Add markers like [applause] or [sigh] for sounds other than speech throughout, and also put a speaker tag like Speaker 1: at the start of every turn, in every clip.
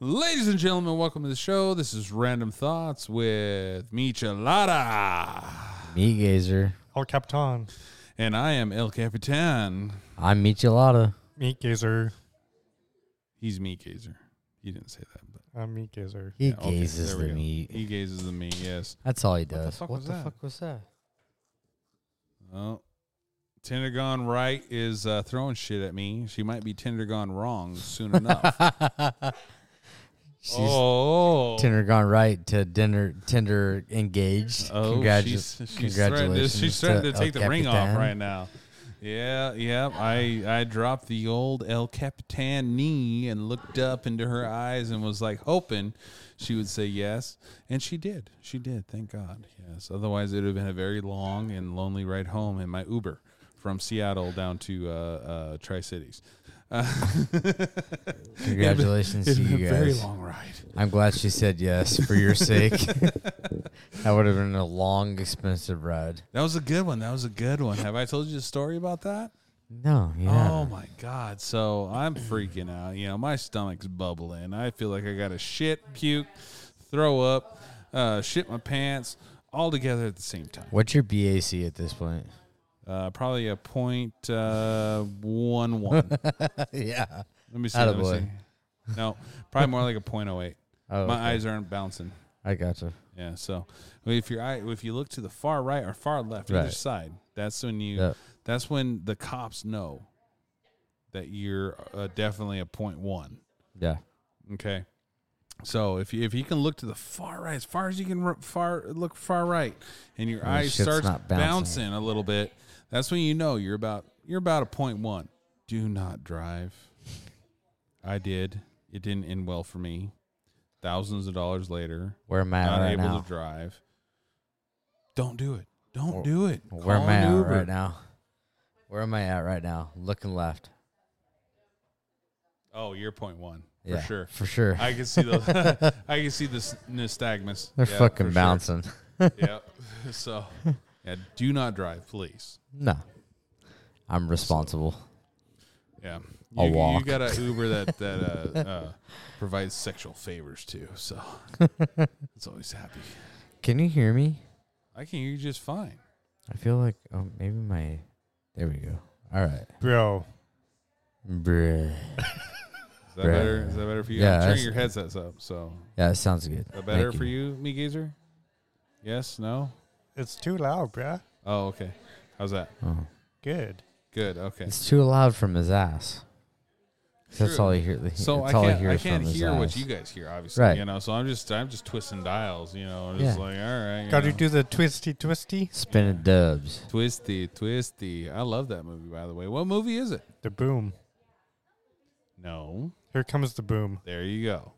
Speaker 1: Ladies and gentlemen, welcome to the show. This is Random Thoughts with Michelada.
Speaker 2: Me gazer.
Speaker 3: El Capitan,
Speaker 1: And I am El Capitan.
Speaker 2: I'm Michelada.
Speaker 3: Meat Gazer.
Speaker 1: He's meat gazer. He didn't say that, but
Speaker 3: I'm Uh, Meat Gazer.
Speaker 2: He
Speaker 1: yeah, okay,
Speaker 2: gazes
Speaker 1: there we
Speaker 2: the
Speaker 1: go.
Speaker 2: meat.
Speaker 1: He gazes the meat, yes.
Speaker 2: That's all he does.
Speaker 3: fuck was that?
Speaker 2: was that?
Speaker 1: Oh. Tinder gone right is uh, throwing shit at me. She might be Tinder gone wrong soon enough.
Speaker 2: [laughs] She's
Speaker 1: oh.
Speaker 2: Tinder gone right to dinner. Tinder engaged.
Speaker 1: Oh,
Speaker 2: Congratu-
Speaker 1: she's, she's starting to, she's starting to take
Speaker 2: El
Speaker 1: the ring off
Speaker 2: Capitan.
Speaker 1: right now. Yeah, yeah. I I dropped the old El Capitan knee and looked up into her eyes and was like hoping she would say yes, and she did. She did. Thank God. Yes. Otherwise, it would have been a very long and lonely ride home in my Uber from Seattle down to uh, uh, Tri Cities. [laughs]
Speaker 2: Congratulations to you
Speaker 1: Very
Speaker 2: guys.
Speaker 1: long ride.
Speaker 2: I'm glad she said yes for
Speaker 1: [laughs]
Speaker 2: your sake. that would have been a long, expensive ride.
Speaker 1: That was a good one. That was a good one. Have I told you the story about that?
Speaker 2: No,
Speaker 1: Oh
Speaker 2: yeah.
Speaker 1: my god! So I'm freaking out. You know, my stomach's bubbling. I feel like I got to shit, puke, throw up, uh, shit my pants, all together at the same time.
Speaker 2: What's your BAC at
Speaker 1: [laughs]
Speaker 2: this point?
Speaker 1: Uh, probably a point uh, one
Speaker 2: [laughs]
Speaker 1: one. Let
Speaker 2: yeah.
Speaker 1: me see. Let me
Speaker 2: Attaboy.
Speaker 1: see. No, probably more like a point oh eight.
Speaker 2: [laughs] Oh,
Speaker 1: my
Speaker 2: okay.
Speaker 1: eyes aren't bouncing. [laughs]
Speaker 2: I gotcha.
Speaker 1: Yeah. So if your eye, if you look to the far right or far left, either
Speaker 2: Right.
Speaker 1: side, that's when you.
Speaker 2: Yep.
Speaker 1: That's when the cops know that you're uh, definitely a point one.
Speaker 2: Yeah.
Speaker 1: Okay. So if you, if you can look to the far right, as far as you can ro- far look far right, and your
Speaker 2: the
Speaker 1: eyes
Speaker 2: shit's
Speaker 1: starts
Speaker 2: not bouncing.
Speaker 1: bouncing. a little bit, that's when you know you're about you're about a point one. Do not drive. I did. It didn't end well for me. Thousands of dollars later,
Speaker 2: Where am I at
Speaker 1: not
Speaker 2: right
Speaker 1: able
Speaker 2: now?
Speaker 1: to drive. Don't do it. Don't
Speaker 2: Or-
Speaker 1: do it.
Speaker 2: Where
Speaker 1: Call
Speaker 2: am I
Speaker 1: an
Speaker 2: at
Speaker 1: Uber.
Speaker 2: right now? Where am I at right now? Looking left.
Speaker 1: Oh, you're point one for
Speaker 2: Yeah,
Speaker 1: sure.
Speaker 2: For sure.
Speaker 1: I can see the [laughs] I can see the s- nystagmus.
Speaker 2: They're
Speaker 1: Yeah, for
Speaker 2: fucking
Speaker 1: sure.
Speaker 2: bouncing.
Speaker 1: yep. [laughs] So, yeah, do not drive, please.
Speaker 2: [laughs] No. I'm responsible.
Speaker 1: Yeah,
Speaker 2: I'll
Speaker 1: you,
Speaker 2: walk.
Speaker 1: you got a Uber that that uh, uh, provides sexual favors too,
Speaker 2: [laughs]
Speaker 1: so it's always happy.
Speaker 2: Can you hear me?
Speaker 1: I can hear you just fine.
Speaker 2: I feel like oh maybe my there we go. All right.
Speaker 3: Bro,
Speaker 2: Bruh.
Speaker 1: Is that
Speaker 2: Right.
Speaker 1: better? Is that better for you?
Speaker 2: Yeah,
Speaker 1: I'm turning
Speaker 2: that's-
Speaker 1: your headsets up. So,
Speaker 2: Yeah, that sounds good.
Speaker 1: is that better
Speaker 2: Thank
Speaker 1: for you, me geezer? Yes. No.
Speaker 3: it's too loud, bruh.
Speaker 1: Oh, okay. How's that?
Speaker 2: Oh.
Speaker 3: Good.
Speaker 1: Good. Okay.
Speaker 2: It's too loud from his ass. That's
Speaker 1: True.
Speaker 2: all I hear.
Speaker 1: So I
Speaker 2: that's all I
Speaker 1: can't
Speaker 2: hear
Speaker 1: I, can't
Speaker 2: from his
Speaker 1: hear what
Speaker 2: ass.
Speaker 1: you guys hear, obviously.
Speaker 2: Right.
Speaker 1: You know. So I'm just I'm just twisting dials. You know. I'm just
Speaker 2: Yeah.
Speaker 1: like all right. you
Speaker 3: Got to
Speaker 1: know.
Speaker 3: do the twisty twisty.
Speaker 2: Spinning dubs.
Speaker 1: Twisty, twisty. I love that movie, by the way. What movie is it?
Speaker 3: The boom.
Speaker 1: No.
Speaker 3: Here comes the boom.
Speaker 1: There you go.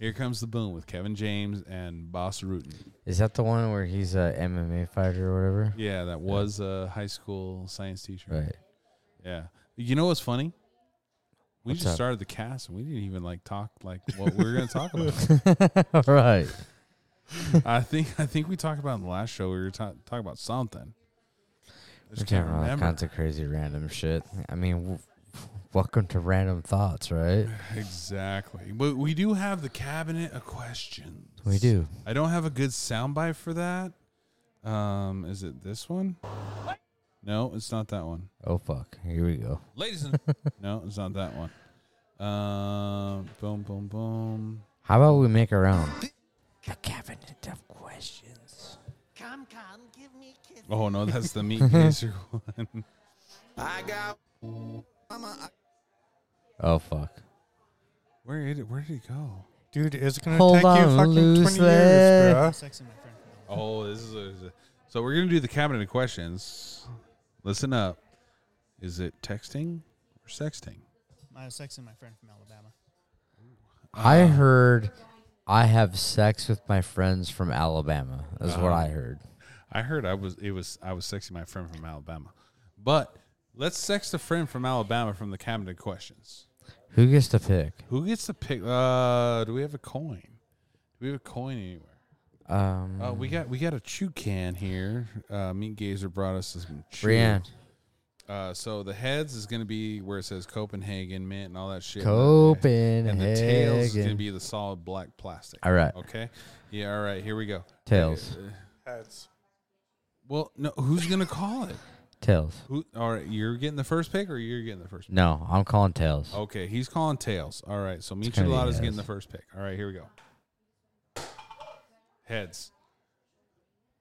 Speaker 1: Here comes the boom with Kevin James and Boss Rutan.
Speaker 2: Is that the one where he's a MMA fighter or whatever?
Speaker 1: Yeah, that was a high school science teacher.
Speaker 2: Right.
Speaker 1: Yeah. You know what's funny? We
Speaker 2: What's
Speaker 1: just
Speaker 2: up?
Speaker 1: started the cast and we didn't even like talk like what we were going to talk [laughs] about.
Speaker 2: all right. [laughs]
Speaker 1: I think I think we talked about in the last show. We were ta- talking about something. I
Speaker 2: We're
Speaker 1: just can't
Speaker 2: talking about all
Speaker 1: remember
Speaker 2: kinds of crazy random shit. I mean, w- welcome to random thoughts, right?
Speaker 1: exactly. But we do have the cabinet of questions.
Speaker 2: We do.
Speaker 1: I don't have a good soundbite for that. Um, is it this one? No, it's not that one.
Speaker 2: Oh fuck! Here we go.
Speaker 1: Ladies and [laughs] no, it's not that one. Um, boom, boom, boom.
Speaker 2: How about we make our own? The cabinet of questions.
Speaker 4: Come, come, give me a kiss.
Speaker 1: Oh no, that's the meat gazer [laughs] one.
Speaker 4: I got. Mama, I-
Speaker 2: Oh fuck!
Speaker 1: Where did it, where did it go?
Speaker 3: Dude, it's going to
Speaker 2: Hold
Speaker 3: take
Speaker 2: on
Speaker 3: you fucking 20
Speaker 2: loosely.
Speaker 3: years, bruh.
Speaker 1: Oh, this is a, so we're gonna do the cabinet of questions. Listen up. Is it texting or sexting?
Speaker 5: I was sexing my friend from Alabama.
Speaker 2: I
Speaker 1: Uh.
Speaker 2: heard I have sex with my friends from Alabama. Is what I
Speaker 1: Uh.
Speaker 2: heard.
Speaker 1: I heard I was it was I was sexing my friend from Alabama, but let's sext a friend from Alabama from the cabinet of questions.
Speaker 2: Who gets to pick?
Speaker 1: Who gets to pick? Uh, do we have a coin? Do we have a coin anywhere?
Speaker 2: Um,
Speaker 1: Oh, Uh, we got we got a chew can here. Uh, Meat Gazer brought us some chew.
Speaker 2: Brienne.
Speaker 1: Uh, so the heads is going to be where it says Copenhagen mint and all that shit.
Speaker 2: Copenhagen.
Speaker 1: And the tails is going to be the solid black plastic.
Speaker 2: All right.
Speaker 1: Okay. Yeah. All right. Here we go. Uh,
Speaker 2: Tails.
Speaker 3: Heads.
Speaker 1: Well, no. Who's going to call it?
Speaker 2: Tails.
Speaker 1: Who? All right. You're getting the first pick, or you're getting the first. pick?
Speaker 2: No, I'm calling tails.
Speaker 1: Okay. He's calling tails. All right. So
Speaker 2: gonna be
Speaker 1: Michelada's getting
Speaker 2: heads.
Speaker 1: the first pick. All right. Here we go. Heads.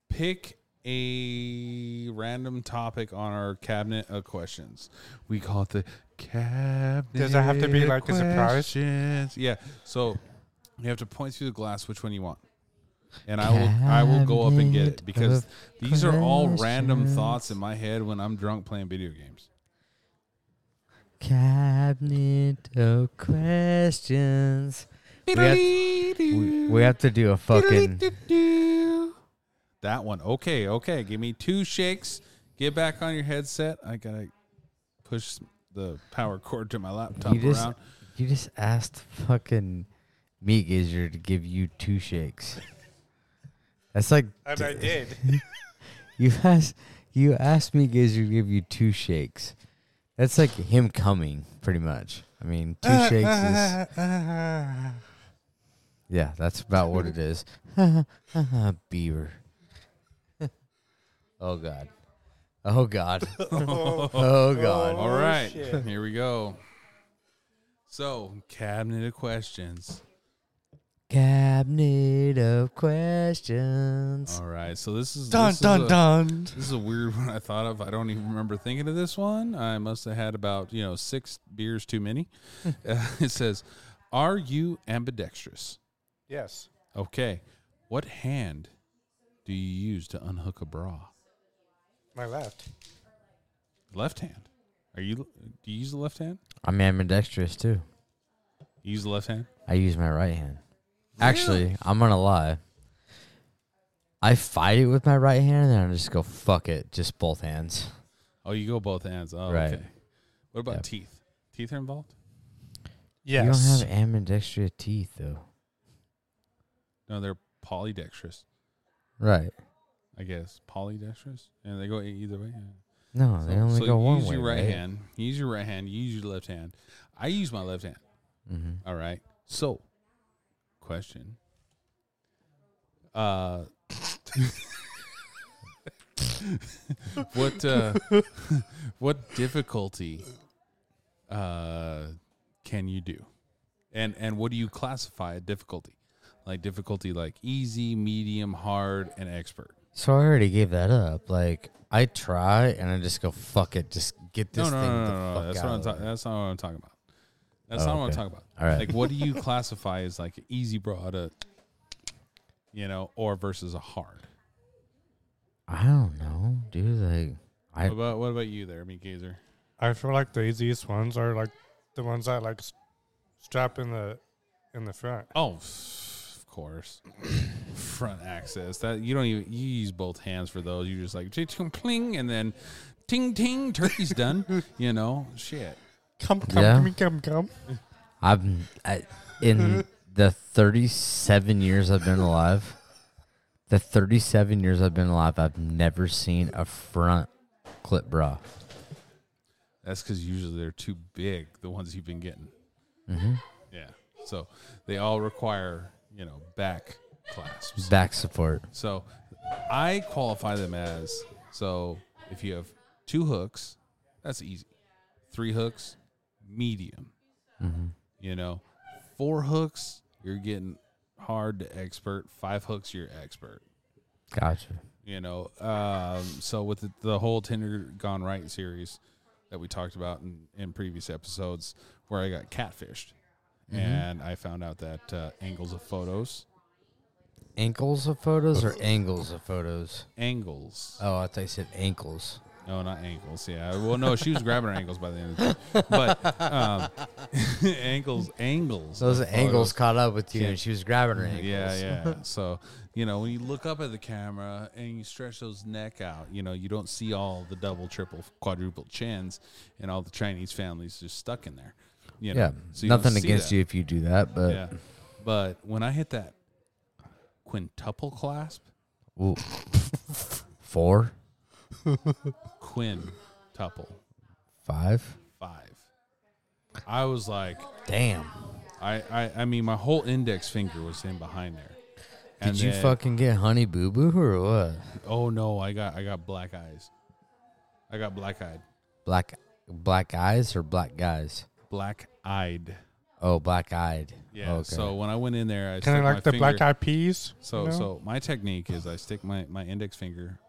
Speaker 1: Pick a random topic on our cabinet of questions. We call it the cabinet.
Speaker 3: Does it have to be
Speaker 1: of
Speaker 3: like a surprise?
Speaker 1: questions. Yeah. So you have to point through the glass which one you want. And I will I will go up and get
Speaker 2: Cabinet
Speaker 1: it because
Speaker 2: of
Speaker 1: these are all random
Speaker 2: questions.
Speaker 1: thoughts in my head when I'm drunk playing video games.
Speaker 2: Cabinet of questions. We have, we, we have to do a fucking.
Speaker 1: That one. Okay, okay. Give me two shakes. Get back on your headset. I gotta push the power cord to my laptop
Speaker 2: You just,
Speaker 1: around.
Speaker 2: you just asked fucking meat gazer to give you two shakes. That's like
Speaker 3: And I did.
Speaker 2: [laughs] you asked you asked meat gazer to give you two shakes. That's like him coming, pretty much. I mean,
Speaker 3: [laughs]
Speaker 2: two shakes is yeah, that's about what it is. [laughs] Beaver. [laughs] oh god. Oh god. [laughs] oh god.
Speaker 1: All right, here we go. So, cabinet of questions.
Speaker 2: Cabinet of questions.
Speaker 1: All right, so this is
Speaker 3: Dun
Speaker 1: this is
Speaker 3: dun
Speaker 1: a,
Speaker 3: dun.
Speaker 1: This is a weird one I thought of. I don't even remember thinking of this one. I must have had about, you know, six beers too
Speaker 2: [laughs]
Speaker 1: many. [laughs] uh, it says, Are you ambidextrous?
Speaker 3: Yes.
Speaker 1: Okay. What hand do you use to unhook a bra?
Speaker 3: My left.
Speaker 1: Left hand. Are you do you use the left hand?
Speaker 2: I'm ambidextrous too.
Speaker 1: You use the left hand?
Speaker 2: I use my right hand. Actually, I'm gonna lie. I fight it with my right hand, and then I just go fuck it, just both hands.
Speaker 1: Oh, you go both hands. Oh,
Speaker 2: Right.
Speaker 1: okay. What about
Speaker 2: Yep.
Speaker 1: teeth? Teeth are involved?
Speaker 2: You don't
Speaker 3: Yes.
Speaker 2: have ambidextrous teeth though,
Speaker 1: No, they're polydextrous,
Speaker 2: right?
Speaker 1: I guess. Polydextrous? And they go e- either way. yeah.
Speaker 2: No, they only
Speaker 1: so you
Speaker 2: go one
Speaker 1: use
Speaker 2: way.
Speaker 1: your right,
Speaker 2: right?
Speaker 1: hand. You use your right hand. You use your left hand. I use my left hand.
Speaker 2: Mhm.
Speaker 1: All right. So, question. Uh, [laughs] what uh, [laughs] what difficulty uh, can you do, and and what do you classify a difficulty? Like difficulty, like easy, medium, hard, and expert.
Speaker 2: So I already gave that up. Like I try, and I just go fuck it, just get this
Speaker 1: no, no,
Speaker 2: thing
Speaker 1: no,
Speaker 2: the
Speaker 1: no, no,
Speaker 2: fuck
Speaker 1: That's
Speaker 2: out.
Speaker 1: what I'm
Speaker 2: of
Speaker 1: talking.
Speaker 2: there.
Speaker 1: That's not what I'm talking about. That's
Speaker 2: Oh,
Speaker 1: not what I'm
Speaker 2: okay.
Speaker 1: talking about.
Speaker 2: All right.
Speaker 1: Like, what do you classify as like an easy bra to, you know, or versus a hard?
Speaker 2: I don't know, dude. Like I
Speaker 1: What about what about you there, me gazer?
Speaker 3: I feel like the easiest ones are like the ones that like s- strap in the in the front.
Speaker 1: Oh, f- of course. Front access. That you don't even you use both hands for those. You just like ting ting, pling and then ting ting. Turkey's
Speaker 2: [laughs]
Speaker 1: done. you know, shit.
Speaker 3: Come come
Speaker 2: Yeah.
Speaker 3: come come come.
Speaker 2: I'm I,
Speaker 1: [laughs]
Speaker 2: in the 37 years I've been alive. The 37 years I've been alive, I've never seen a front clip bra.
Speaker 1: That's because usually they're too big. The ones you've been getting. Mm-hmm. Yeah. So they all require you know back clasps.
Speaker 2: Back support.
Speaker 1: So I qualify them as so if you have two hooks, that's easy. Three hooks, medium. You know, four hooks, you're getting hard to expert. Five hooks, you're expert.
Speaker 2: Gotcha.
Speaker 1: You know, um, so with the, the whole Tinder Gone Right series that we talked about in, in previous episodes, where I got catfished, and I found out that uh, angles of photos,
Speaker 2: Ankles of photos or angles of photos?
Speaker 1: angles
Speaker 2: Oh, I thought you said ankles.
Speaker 1: No, not ankles. Yeah. Well, no, she was grabbing her ankles by the end of the day. But um, [laughs] ankles, angles.
Speaker 2: So those
Speaker 1: of photos.
Speaker 2: angles caught up with you and she was grabbing her ankles.
Speaker 1: Yeah, yeah. So, you know, when you look up at the camera and you stretch those neck out, you know, you don't see all the double, triple, quadruple chins and all the Chinese families just stuck in there. You know?
Speaker 2: Yeah.
Speaker 1: So you don't
Speaker 2: Nothing
Speaker 1: see
Speaker 2: against
Speaker 1: that.
Speaker 2: you if you do that, but
Speaker 1: Yeah. But when I hit that quintuple clasp,
Speaker 2: Ooh. four?
Speaker 1: quintuple.
Speaker 2: Five?
Speaker 1: Five. I was like,
Speaker 2: Damn.
Speaker 1: I, I, I mean, my whole index finger was in behind there. And
Speaker 2: Did you
Speaker 1: then-
Speaker 2: fucking get honey boo boo or what?
Speaker 1: Oh no, I got, I got black eyes. I got black eyed,
Speaker 2: Black black eyes or black guys?
Speaker 1: black eyed. Oh,
Speaker 2: Oh, black eyed.
Speaker 1: Yeah.
Speaker 2: Okay.
Speaker 1: So when I went in there, I
Speaker 3: Kind
Speaker 1: stuck
Speaker 3: of
Speaker 1: my
Speaker 3: like the
Speaker 1: finger-
Speaker 3: black eyed peas. you
Speaker 1: So
Speaker 3: know?
Speaker 1: so my technique is I stick my my index finger,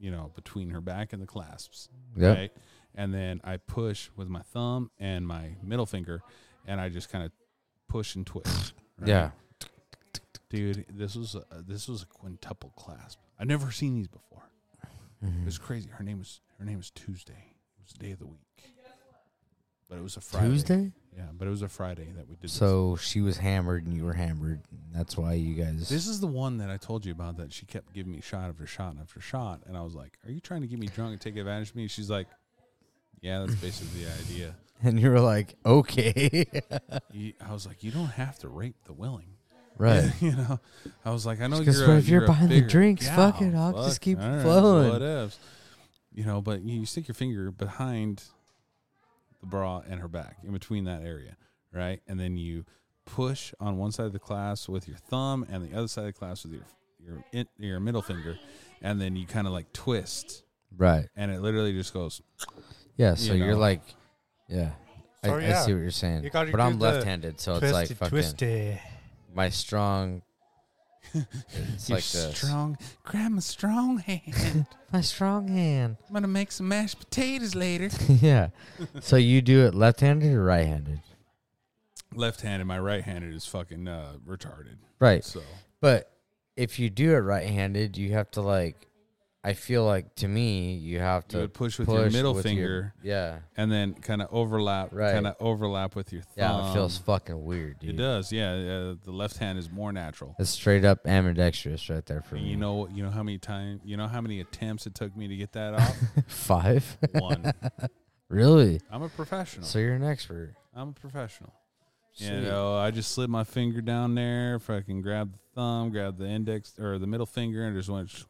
Speaker 1: you know, between her back and the clasps,
Speaker 2: Yep.
Speaker 1: right? And then I push with my thumb and my middle finger, and I just kind of push and twist. right?
Speaker 2: Yeah.
Speaker 1: dude, this was a, this was a quintuple clasp. I've never seen these before. It
Speaker 2: Mm-hmm.
Speaker 1: was crazy. Her name was her name was Tuesday. It was the day of the week, but it was a Friday.
Speaker 2: Tuesday?
Speaker 1: Yeah, but it was a Friday that we did. this.
Speaker 2: So she was hammered and you were hammered. That's why you guys.
Speaker 1: This is the one that I told you about that she kept giving me shot after shot after shot. And I was like, Are you trying to get me drunk and take advantage of me? And she's like, Yeah, that's basically the
Speaker 2: [laughs]
Speaker 1: idea.
Speaker 2: [laughs] and you were like,
Speaker 1: [laughs]
Speaker 2: okay.
Speaker 1: You- I was like, You don't have to rape the willing.
Speaker 2: right.
Speaker 1: [laughs] you know, I was like, I know
Speaker 2: Because
Speaker 1: you're.
Speaker 2: what
Speaker 1: a-
Speaker 2: if you're
Speaker 1: a
Speaker 2: buying the
Speaker 1: bigger
Speaker 2: drinks?
Speaker 1: gal.
Speaker 2: Fuck it, I'll just keep
Speaker 1: all right,
Speaker 2: flowing.
Speaker 1: What ifs? You know, but you you stick your finger behind the bra and her back, in between that area, right? And then you push on one side of the class with your thumb, and the other side of the class with your your in, your middle finger, and then you kind of like twist,
Speaker 2: Right.
Speaker 1: and it literally just goes.
Speaker 2: Yeah. So
Speaker 1: You
Speaker 2: you are
Speaker 1: know.
Speaker 2: like, yeah. I,
Speaker 3: So,
Speaker 2: I
Speaker 3: yeah,
Speaker 2: see what you're saying.
Speaker 3: you gotta
Speaker 2: but I'm
Speaker 3: do the
Speaker 2: left handed, so it's like
Speaker 3: Twisty,
Speaker 2: fucking.
Speaker 3: twisty.
Speaker 2: My
Speaker 1: [laughs]
Speaker 2: strong. It's
Speaker 1: "You're
Speaker 2: like this.
Speaker 1: strong, grab my strong hand.
Speaker 2: My strong hand.
Speaker 1: I'm gonna make some mashed potatoes later.
Speaker 2: [laughs] yeah. So you do it left handed or right handed?
Speaker 1: Left-handed, my right-handed is fucking uh, retarded.
Speaker 2: Right.
Speaker 1: So
Speaker 2: But if you do it right handed, you have to like. I feel like to me, you have to
Speaker 1: you would push with your middle
Speaker 2: with your-
Speaker 1: finger
Speaker 2: yeah.
Speaker 1: and then kind of overlap,
Speaker 2: Right.
Speaker 1: kind of overlap with your thumb.
Speaker 2: Yeah, it feels fucking weird,
Speaker 1: Um, It
Speaker 2: dude.
Speaker 1: does, yeah. Uh, the left hand is more natural.
Speaker 2: It's straight up ambidextrous right there for me.
Speaker 1: You know, you know how many time, you know how many attempts it took me to get that
Speaker 2: [laughs]
Speaker 1: off.
Speaker 2: five.
Speaker 1: [laughs] One.
Speaker 2: [laughs] really?
Speaker 1: I'm a professional.
Speaker 2: So you're an expert.
Speaker 1: I'm a professional. You
Speaker 2: Sweet.
Speaker 1: know, I just slid my finger down there, fucking grab the thumb, grab the index or the middle finger, and just went, sh-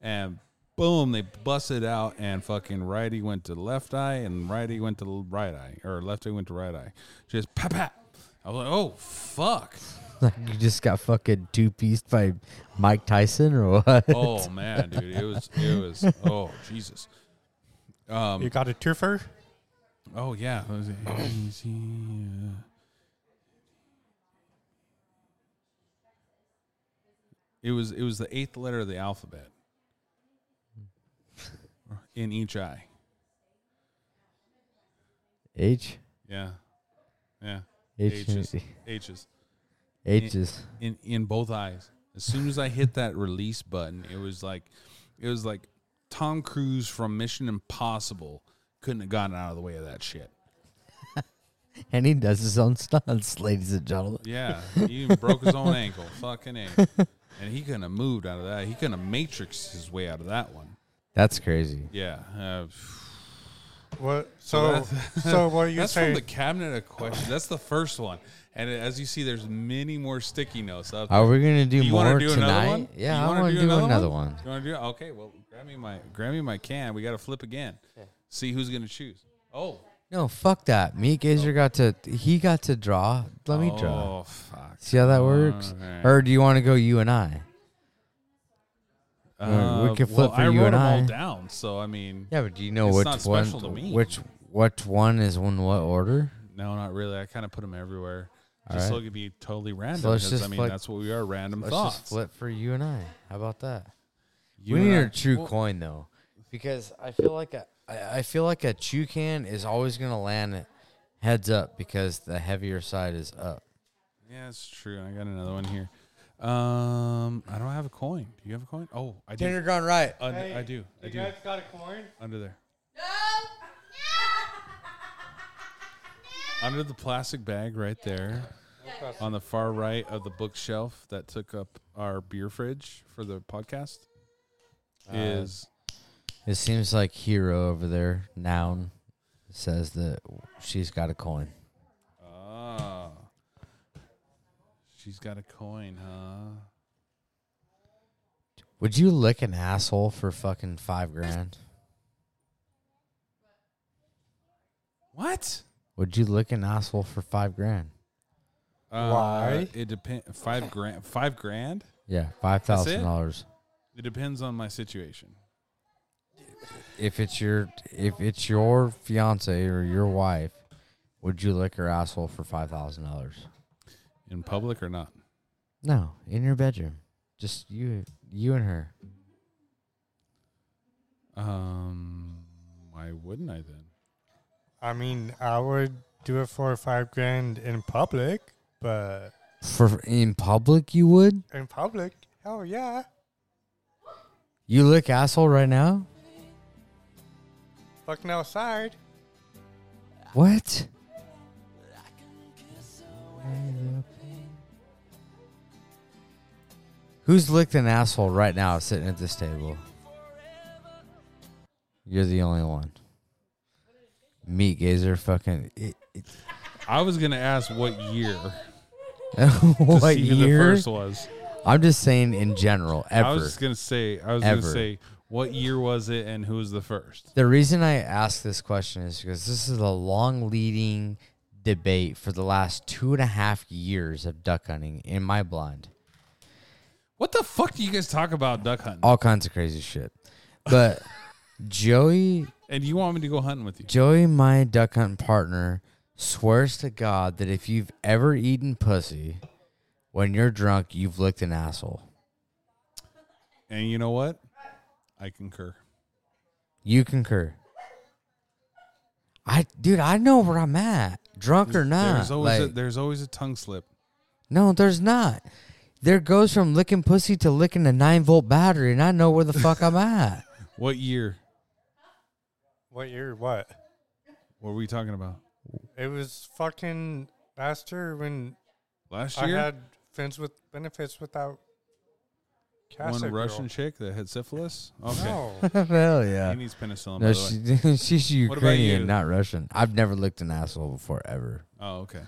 Speaker 1: and boom, they busted out, and fucking righty went to left eye, and righty went to l- right eye, or lefty went to right eye. Just pop, pop. I was like, oh fuck,
Speaker 2: Like you just got fucking two pieced by Mike Tyson or what?
Speaker 1: oh man, dude, it was, it was, oh Jesus. Um,
Speaker 3: You got a twofer?
Speaker 1: Oh yeah. What was it? Easy, uh, It was it was the eighth letter of the alphabet [laughs] in each eye.
Speaker 2: [laughs] H
Speaker 1: Yeah, yeah.
Speaker 2: H
Speaker 1: H's
Speaker 2: [laughs]
Speaker 1: H's
Speaker 2: H is
Speaker 1: in in both eyes. As soon as I hit that release button, it was like it was like Tom Cruise from Mission Impossible couldn't have gotten out of the way of that shit.
Speaker 2: and he does his own [laughs] stunts, ladies and gentlemen.
Speaker 1: Yeah, he even broke his own
Speaker 2: [laughs]
Speaker 1: ankle. Fucking a. And he couldn't have moved out of that. He couldn't have matrixed his way out of that one.
Speaker 2: That's crazy.
Speaker 1: Yeah. Uh,
Speaker 3: What? So, [laughs] so what are you
Speaker 1: that's from
Speaker 3: saying?
Speaker 1: the cabinet of questions. That's the first one. And as you see, there's many more sticky notes up
Speaker 2: Are we gonna do
Speaker 1: you
Speaker 2: more
Speaker 1: want to do
Speaker 2: tonight?
Speaker 1: another one?
Speaker 2: Yeah,
Speaker 1: you
Speaker 2: I
Speaker 1: wanna
Speaker 2: want to do, another one.
Speaker 1: You want to do Okay, well, grab me my grab me my can. We got to flip again. See who's going to choose. Oh.
Speaker 2: No, fuck that. Me Gazer got to he got to draw. Let me draw.
Speaker 1: Oh, fuck.
Speaker 2: See how that works?
Speaker 1: Alright.
Speaker 2: Or do you want to go you and I?
Speaker 1: Uh,
Speaker 2: we could
Speaker 1: well,
Speaker 2: flip for
Speaker 1: I
Speaker 2: you
Speaker 1: wrote
Speaker 2: and
Speaker 1: them all
Speaker 2: I.
Speaker 1: down, so I mean,
Speaker 2: Yeah, but do you know
Speaker 1: It's
Speaker 2: which
Speaker 1: not
Speaker 2: one?
Speaker 1: special to me.
Speaker 2: Which what one is in what order?
Speaker 1: No, not really. I kind of put them everywhere. Just
Speaker 2: right.
Speaker 1: so it could be totally random.
Speaker 2: let's
Speaker 1: because,
Speaker 2: just
Speaker 1: I mean,
Speaker 2: flip-
Speaker 1: that's what we are random
Speaker 2: Let's
Speaker 1: thoughts.
Speaker 2: just flip for you and I. How about that?
Speaker 1: You
Speaker 2: we
Speaker 1: and
Speaker 2: need
Speaker 1: I-
Speaker 2: a true
Speaker 1: well,
Speaker 2: coin though, because I feel like a I I feel like a chew can is always gonna land it heads up because the heavier side is up.
Speaker 1: Yeah, it's true. I got another one here. Um, I don't have a coin. Do you have a coin? Oh, I do.
Speaker 2: Dinner gone right.
Speaker 1: Un- I do. I do.
Speaker 3: got a coin?
Speaker 1: Under there. Under the plastic bag right there. On the far right of the bookshelf that took up our beer fridge for the podcast
Speaker 2: Uh,
Speaker 1: is
Speaker 2: It seems like hero over there. Noun says that she's got a coin.
Speaker 1: Ah. She's got a coin, huh?
Speaker 2: Would you lick an asshole for fucking five grand?
Speaker 1: What?
Speaker 2: Would you lick an asshole for five grand?
Speaker 1: Uh,
Speaker 3: Why?
Speaker 1: It depends. Five grand. Five grand.
Speaker 2: Yeah, five
Speaker 1: it?
Speaker 2: thousand dollars.
Speaker 1: It depends on my situation.
Speaker 2: If it's your if it's your fiance or your wife, would you lick her asshole for five thousand dollars?
Speaker 1: In public or not?
Speaker 2: No, in your bedroom, just you you and her.
Speaker 1: Um, why wouldn't I then?
Speaker 3: I mean, I would do it for five grand in public, but
Speaker 2: For in public, you would
Speaker 3: in public, hell yeah.
Speaker 2: you lick asshole right now?
Speaker 3: Fucking outside.
Speaker 2: What? Who's licked an asshole right now sitting at this table? You're the only one. Meat gazer, fucking. It, it, [laughs]
Speaker 1: I was gonna ask what year. To
Speaker 2: what
Speaker 1: see who the
Speaker 2: year?
Speaker 1: first was.
Speaker 2: I'm just saying in general, ever.
Speaker 1: I was just gonna say. I was
Speaker 2: Ever.
Speaker 1: gonna say what year was it and who was the first.
Speaker 2: The reason I ask this question is because this is a long leading debate for the last two and a half years of duck hunting in my blind.
Speaker 1: What the fuck do you guys talk about duck hunting?
Speaker 2: All kinds of crazy shit.
Speaker 1: [laughs]
Speaker 2: But Joey
Speaker 1: And you want me to go hunting with you?
Speaker 2: Joey, my duck hunting partner, swears to God that if you've ever eaten pussy, when you're drunk, you've licked an asshole.
Speaker 1: And you know what? I concur.
Speaker 2: You concur. I dude, I know where I'm at. Drunk or not.
Speaker 1: There's always a,
Speaker 2: like-
Speaker 1: there's always a tongue slip.
Speaker 2: No, there's not. There goes from licking pussy to licking a nine volt battery, and I know where the fuck I'm at.
Speaker 1: What year
Speaker 3: What year? What?
Speaker 1: were we talking about?
Speaker 3: It was fucking last year when
Speaker 1: Last
Speaker 3: I
Speaker 1: year,
Speaker 3: had fins with benefits without
Speaker 1: one
Speaker 3: Casa girl.
Speaker 1: Russian chick that had syphilis. Okay,
Speaker 3: No.
Speaker 2: [laughs] Hell
Speaker 1: he
Speaker 2: yeah.
Speaker 1: needs penicillin. by
Speaker 2: No,
Speaker 1: the way.
Speaker 2: she, [laughs] she's
Speaker 1: What about
Speaker 2: Ukrainian,
Speaker 1: you?
Speaker 2: not Russian. I've never licked an asshole before, ever,
Speaker 1: Oh, okay.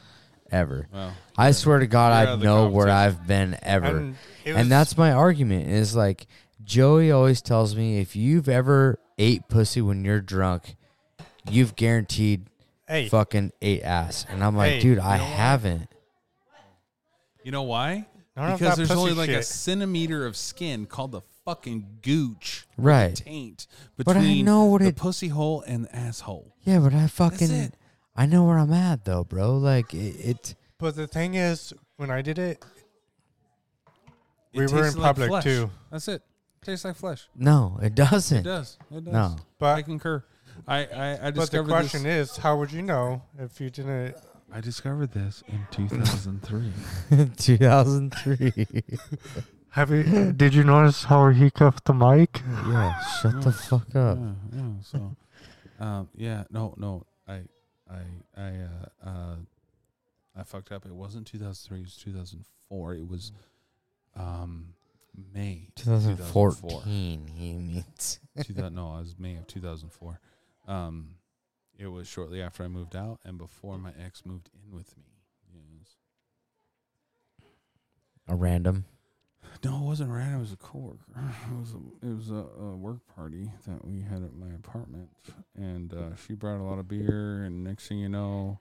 Speaker 2: ever.
Speaker 1: Well,
Speaker 2: I swear to
Speaker 1: You're
Speaker 2: God,
Speaker 1: out
Speaker 2: I
Speaker 1: of the
Speaker 2: know where
Speaker 1: competition.
Speaker 2: I've been ever.
Speaker 3: And, it was-
Speaker 2: And that's my argument is like Joey always tells me if you've ever ate pussy when you're drunk, you've guaranteed [laughs]
Speaker 3: hey,
Speaker 2: fucking ate ass. And I'm like,
Speaker 3: Hey,
Speaker 2: dude,
Speaker 3: you
Speaker 2: I
Speaker 3: know what?
Speaker 2: haven't.
Speaker 1: you know why?
Speaker 3: None of
Speaker 1: Because
Speaker 3: that
Speaker 1: there's
Speaker 3: pussy
Speaker 1: only like a
Speaker 3: shit.
Speaker 1: centimeter of skin called the fucking gooch, or the
Speaker 2: Right.
Speaker 1: Taint
Speaker 2: I
Speaker 1: between
Speaker 2: know what
Speaker 1: the
Speaker 2: it-
Speaker 1: pussy hole and the asshole.
Speaker 2: Yeah, but I fucking
Speaker 1: it.
Speaker 2: I know where I'm at though, bro. Like it, it
Speaker 3: But the thing is, when I did it,
Speaker 1: It
Speaker 3: We were
Speaker 1: tastes
Speaker 3: in
Speaker 1: like
Speaker 3: public,
Speaker 1: flesh.
Speaker 3: too.
Speaker 1: That's it. Tastes like flesh.
Speaker 2: no, it doesn't.
Speaker 1: It does. It does.
Speaker 2: No. [laughs]
Speaker 3: But-
Speaker 1: I concur. I I, I
Speaker 3: but the
Speaker 1: discovered
Speaker 3: question
Speaker 1: this.
Speaker 3: is, how would you know if you didn't?
Speaker 1: I discovered this in 2003.
Speaker 2: 2003.
Speaker 3: Have you? Did you notice how he cuffed the mic?
Speaker 2: yeah, shut the fuck up.
Speaker 1: yeah, yeah. So, um, yeah, no, no, I, I, I, uh, uh, I fucked up. It wasn't 2003. It was 2004. It was, um, May
Speaker 2: 2014 he means.
Speaker 1: 2000 no, it was May of 2004. Um, it was shortly after I moved out and before my ex moved in with me. Yes.
Speaker 2: [laughs] A random.
Speaker 1: No, it wasn't random. It was a coworker. [laughs] It was a, it was a, a work party that we had at my apartment, and uh, she brought a lot of beer. And next thing you know,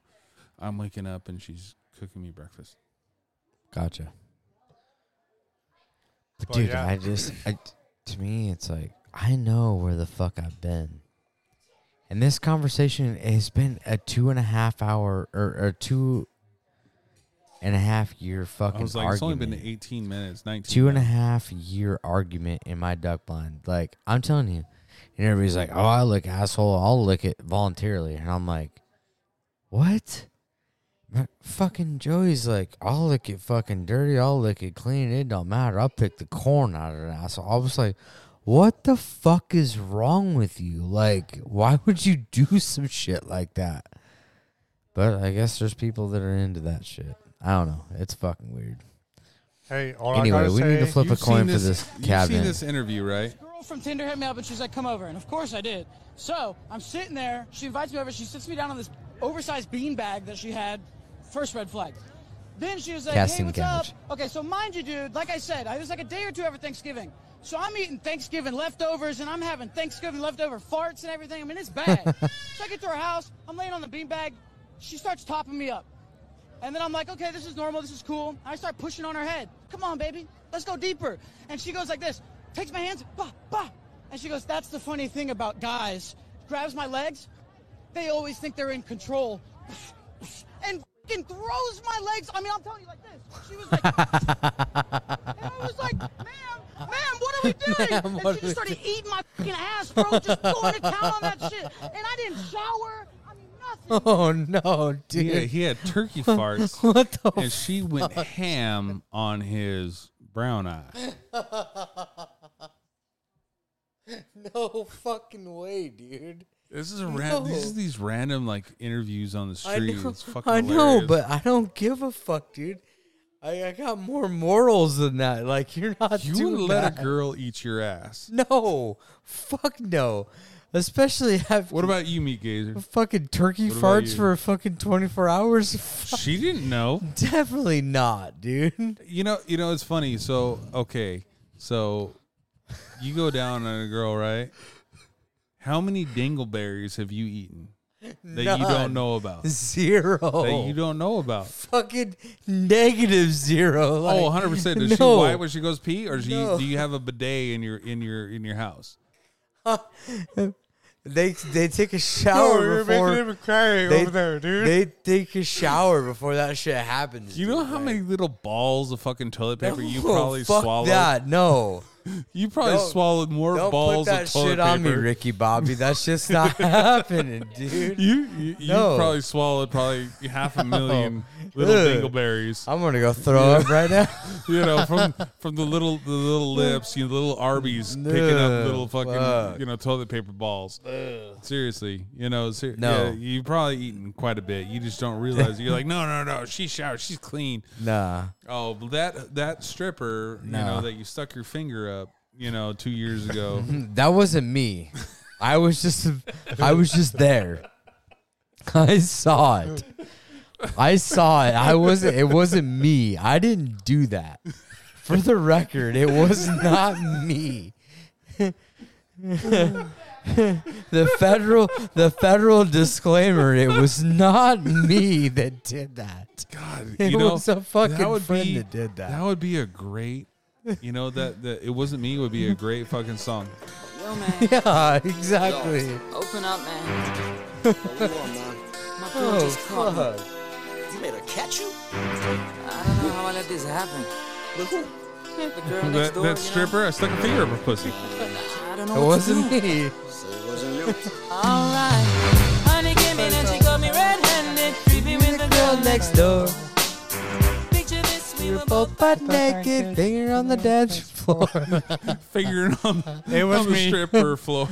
Speaker 1: I'm waking up and she's cooking me breakfast.
Speaker 2: Gotcha. But
Speaker 3: Well,
Speaker 2: dude,
Speaker 3: yeah.
Speaker 2: I just, I, to me, it's like I know where the fuck I've been, and this conversation has been a two and a half hour or a two and a half year fucking
Speaker 1: I was like,
Speaker 2: argument.
Speaker 1: it's only been 18 minutes, 19.
Speaker 2: two and a
Speaker 1: minutes.
Speaker 2: half year argument in my duck blind. Like I'm telling you, and everybody's like, "Oh, I lick asshole. I'll lick it voluntarily," and I'm like, "What?" Ma- Fucking Joey's like, "I'll lick it fucking dirty. I'll lick it clean. It don't matter. I'll pick the corn out of an asshole." I was like. What the fuck is wrong with you? Like, why would you [laughs] do some shit like that? But I guess there's people that are into that shit. I don't know. It's fucking weird.
Speaker 3: Hey, all I
Speaker 2: Anyway,
Speaker 3: gotta
Speaker 2: we
Speaker 3: say,
Speaker 2: need to flip a
Speaker 1: You've
Speaker 2: coin
Speaker 1: seen
Speaker 2: for this
Speaker 1: You've seen
Speaker 2: cabinet.
Speaker 1: this interview,
Speaker 2: [laughs]
Speaker 1: right?
Speaker 6: girl from Tinder hit me up and she's like, come over. And of course I did. So I'm sitting there. She invites me over. She sits me down on this oversized bean bag that she had. First red flag. Then she was like,
Speaker 2: Casting
Speaker 6: hey, what's
Speaker 2: couch.
Speaker 6: up? Okay, so mind you, dude, like I said, I was like a day or two after Thanksgiving. So I'm eating Thanksgiving leftovers and I'm having Thanksgiving leftover farts and everything. I mean, it's bad. so I get to her house. I'm laying on the beanbag. She starts topping me up. And then I'm like, okay, this is normal. This is cool. I start pushing on her head. Come on, baby. Let's go deeper. And she goes like this, takes my hands, bah, bah. And she goes, that's the funny thing about guys. Grabs my legs. They always think they're in control. [sighs] And fucking throws my legs. I mean, I'm telling you like this. She was like, [laughs] and I was like, ma'am, ma'am, what are we
Speaker 2: [laughs]
Speaker 6: doing?
Speaker 2: Ma'am, what
Speaker 6: and
Speaker 2: are
Speaker 6: she
Speaker 2: we
Speaker 6: just started eating my fucking ass, bro. Just going to town on that shit. And I didn't shower. I mean,
Speaker 2: [laughs]
Speaker 6: nothing.
Speaker 2: Oh no, dude.
Speaker 1: He had, he had turkey farts,
Speaker 2: [laughs] What the
Speaker 1: and she went ham on his brown eye.
Speaker 2: [laughs] No fucking way, dude.
Speaker 1: This is a ran- these
Speaker 2: No.
Speaker 1: are these random like interviews on the
Speaker 2: I
Speaker 1: street.
Speaker 2: know, [laughs]
Speaker 1: It's fucking
Speaker 2: I know
Speaker 1: hilarious.
Speaker 2: but I don't give a fuck, dude. I, I got more morals than that. Like you're not
Speaker 1: you
Speaker 2: doing
Speaker 1: would let
Speaker 2: that.
Speaker 1: a girl eat your ass.
Speaker 2: [laughs] No, fuck no. Especially have
Speaker 1: What about you, meat [laughs] gazer?
Speaker 2: [laughs] fucking turkey
Speaker 1: What about
Speaker 2: farts
Speaker 1: you?
Speaker 2: for fucking 24 hours? [laughs] Fuck,
Speaker 1: She didn't know.
Speaker 2: Definitely not, dude. [laughs]
Speaker 1: You know, you know, it's funny. So okay, so you go down on a girl, right? How many dingleberries have you eaten that you
Speaker 2: None.
Speaker 1: don't know about?
Speaker 2: Zero.
Speaker 1: That you don't know about?
Speaker 2: fucking negative zero. Like, [laughs]
Speaker 1: Oh, 100 percent. [laughs] Does she
Speaker 2: no.
Speaker 1: wipe when she goes pee, or do
Speaker 2: No.
Speaker 1: you do you have a bidet in your in your in your house?
Speaker 2: They
Speaker 1: [laughs]
Speaker 2: they take a
Speaker 3: Oh,
Speaker 2: shower
Speaker 3: you're
Speaker 2: before
Speaker 3: making him cry
Speaker 2: they,
Speaker 3: over there, dude.
Speaker 2: they take a shower before that shit happens.
Speaker 1: You
Speaker 2: dude,
Speaker 1: know how
Speaker 2: like-
Speaker 1: many little balls of fucking toilet paper [laughs] you
Speaker 2: No,
Speaker 1: probably
Speaker 2: fuck
Speaker 1: swallowed?
Speaker 2: That no.
Speaker 1: You probably
Speaker 2: Don't-
Speaker 1: swallowed more
Speaker 2: Don't
Speaker 1: balls
Speaker 2: put that
Speaker 1: of toilet
Speaker 2: shit
Speaker 1: paper.
Speaker 2: on me, Ricky Bobby. That's
Speaker 1: [laughs]
Speaker 2: just not happening, dude.
Speaker 1: You you, you
Speaker 2: No.
Speaker 1: probably swallowed probably half
Speaker 2: [laughs]
Speaker 1: a million little
Speaker 2: Ugh.
Speaker 1: dingleberries.
Speaker 2: I'm gonna go throw up right now.
Speaker 1: you know, from from the little the little lips, you know, little Arby's picking
Speaker 2: No,
Speaker 1: up little fucking
Speaker 2: fuck.
Speaker 1: you know toilet paper balls. Seriously, you know, ser-
Speaker 2: No.
Speaker 1: yeah, you probably eaten quite a bit. You just don't realize. You're like, no, no, no, she showered, she's clean.
Speaker 2: Nah.
Speaker 1: Oh, but that that stripper, you
Speaker 2: No.
Speaker 1: know, that you stuck your finger up, you know, two years
Speaker 2: [laughs]
Speaker 1: ago.
Speaker 2: That wasn't me. I was just I was just there. I saw it. I saw it. I wasn't it wasn't me. I didn't do that. For the record, it was not me. the federal the federal disclaimer, it was not me that did that.
Speaker 1: God,
Speaker 3: [laughs]
Speaker 2: It
Speaker 1: you know,
Speaker 2: was a fucking
Speaker 1: that would
Speaker 2: friend
Speaker 1: be,
Speaker 2: that did that.
Speaker 1: That would be a great, you know, that, that it wasn't me would be a great fucking song. [laughs]
Speaker 7: Yo, man.
Speaker 2: Yeah, exactly.
Speaker 7: Open up, man.
Speaker 4: What you want, man?
Speaker 1: [laughs]
Speaker 7: Oh, My phone
Speaker 2: Oh
Speaker 7: just caught me.
Speaker 2: fuck.
Speaker 4: You made her catch you?
Speaker 7: I don't know how I let this happen.
Speaker 4: But who?
Speaker 7: The girl next
Speaker 1: That,
Speaker 7: door,
Speaker 1: that
Speaker 7: you know?
Speaker 1: stripper, I stuck a finger up her pussy.
Speaker 7: I don't know
Speaker 2: It
Speaker 7: what
Speaker 2: wasn't
Speaker 7: to do.
Speaker 2: me.
Speaker 4: So it wasn't
Speaker 7: [laughs]
Speaker 4: you.
Speaker 7: All right. Honey came in and she got me red-handed. Creepy with the girl next door.
Speaker 2: door.
Speaker 7: Picture this, we were both
Speaker 2: Both butt naked, finger on the dance floor.
Speaker 3: [laughs]
Speaker 1: Fingering on,
Speaker 3: It was
Speaker 1: on the
Speaker 3: me. [laughs]
Speaker 1: stripper floor.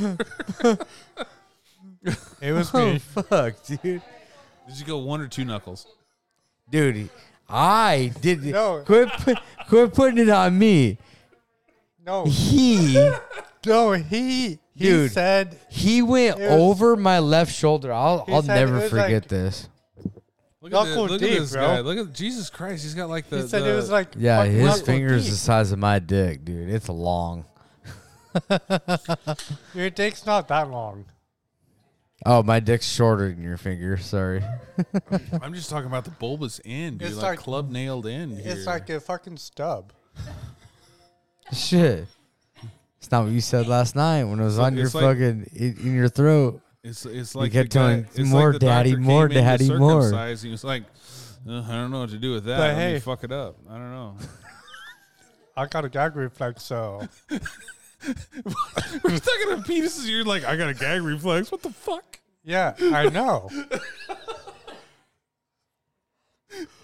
Speaker 3: it was
Speaker 2: [laughs] oh
Speaker 3: me.
Speaker 2: fuck, dude.
Speaker 1: Did you go one or two knuckles?
Speaker 2: Dude, I did
Speaker 3: No.
Speaker 2: quit put, quit putting it on me.
Speaker 3: No,
Speaker 2: He
Speaker 3: no, he he
Speaker 2: Dude.
Speaker 3: said
Speaker 2: he went
Speaker 3: It was-
Speaker 2: over my left shoulder. I'll
Speaker 3: He
Speaker 2: I'll
Speaker 3: said it
Speaker 2: never
Speaker 3: was
Speaker 2: forget
Speaker 3: like-
Speaker 2: this.
Speaker 1: Look at,
Speaker 3: Knuckle
Speaker 1: the, look
Speaker 3: deep,
Speaker 1: at this
Speaker 3: bro.
Speaker 1: guy. Look at Jesus Christ. He's got like the.
Speaker 3: he said
Speaker 1: the-
Speaker 3: it was like
Speaker 2: Yeah,
Speaker 3: fucking
Speaker 2: his
Speaker 3: knuckle
Speaker 2: finger's
Speaker 3: deep.
Speaker 2: the size of my dick, dude. It's long.
Speaker 3: Your dick's not that long.
Speaker 2: Oh, my dick's shorter than your finger. Sorry.
Speaker 1: I'm just talking about the bulbous end. Dude,
Speaker 3: It's
Speaker 1: like,
Speaker 3: like-
Speaker 1: club nailed end. Here.
Speaker 3: It's like a fucking stub.
Speaker 2: Shit. It's not what you said last night when it was on your
Speaker 1: It's like-
Speaker 2: fucking in, in your throat.
Speaker 1: It's it's like
Speaker 2: kept
Speaker 1: the guy-
Speaker 2: telling,
Speaker 1: it's like
Speaker 2: "More,
Speaker 1: the doctor
Speaker 2: daddy,
Speaker 1: came
Speaker 2: more,
Speaker 1: in to
Speaker 2: daddy, more."
Speaker 1: circumcise, and He was like, "Uh, I don't know what to do with that.
Speaker 3: But
Speaker 1: Let me
Speaker 3: hey.
Speaker 1: fuck it up. I don't know.
Speaker 3: I got a gag reflex, so
Speaker 1: We're talking about penises. You're like, I got a gag reflex. What the fuck?
Speaker 3: yeah, I know.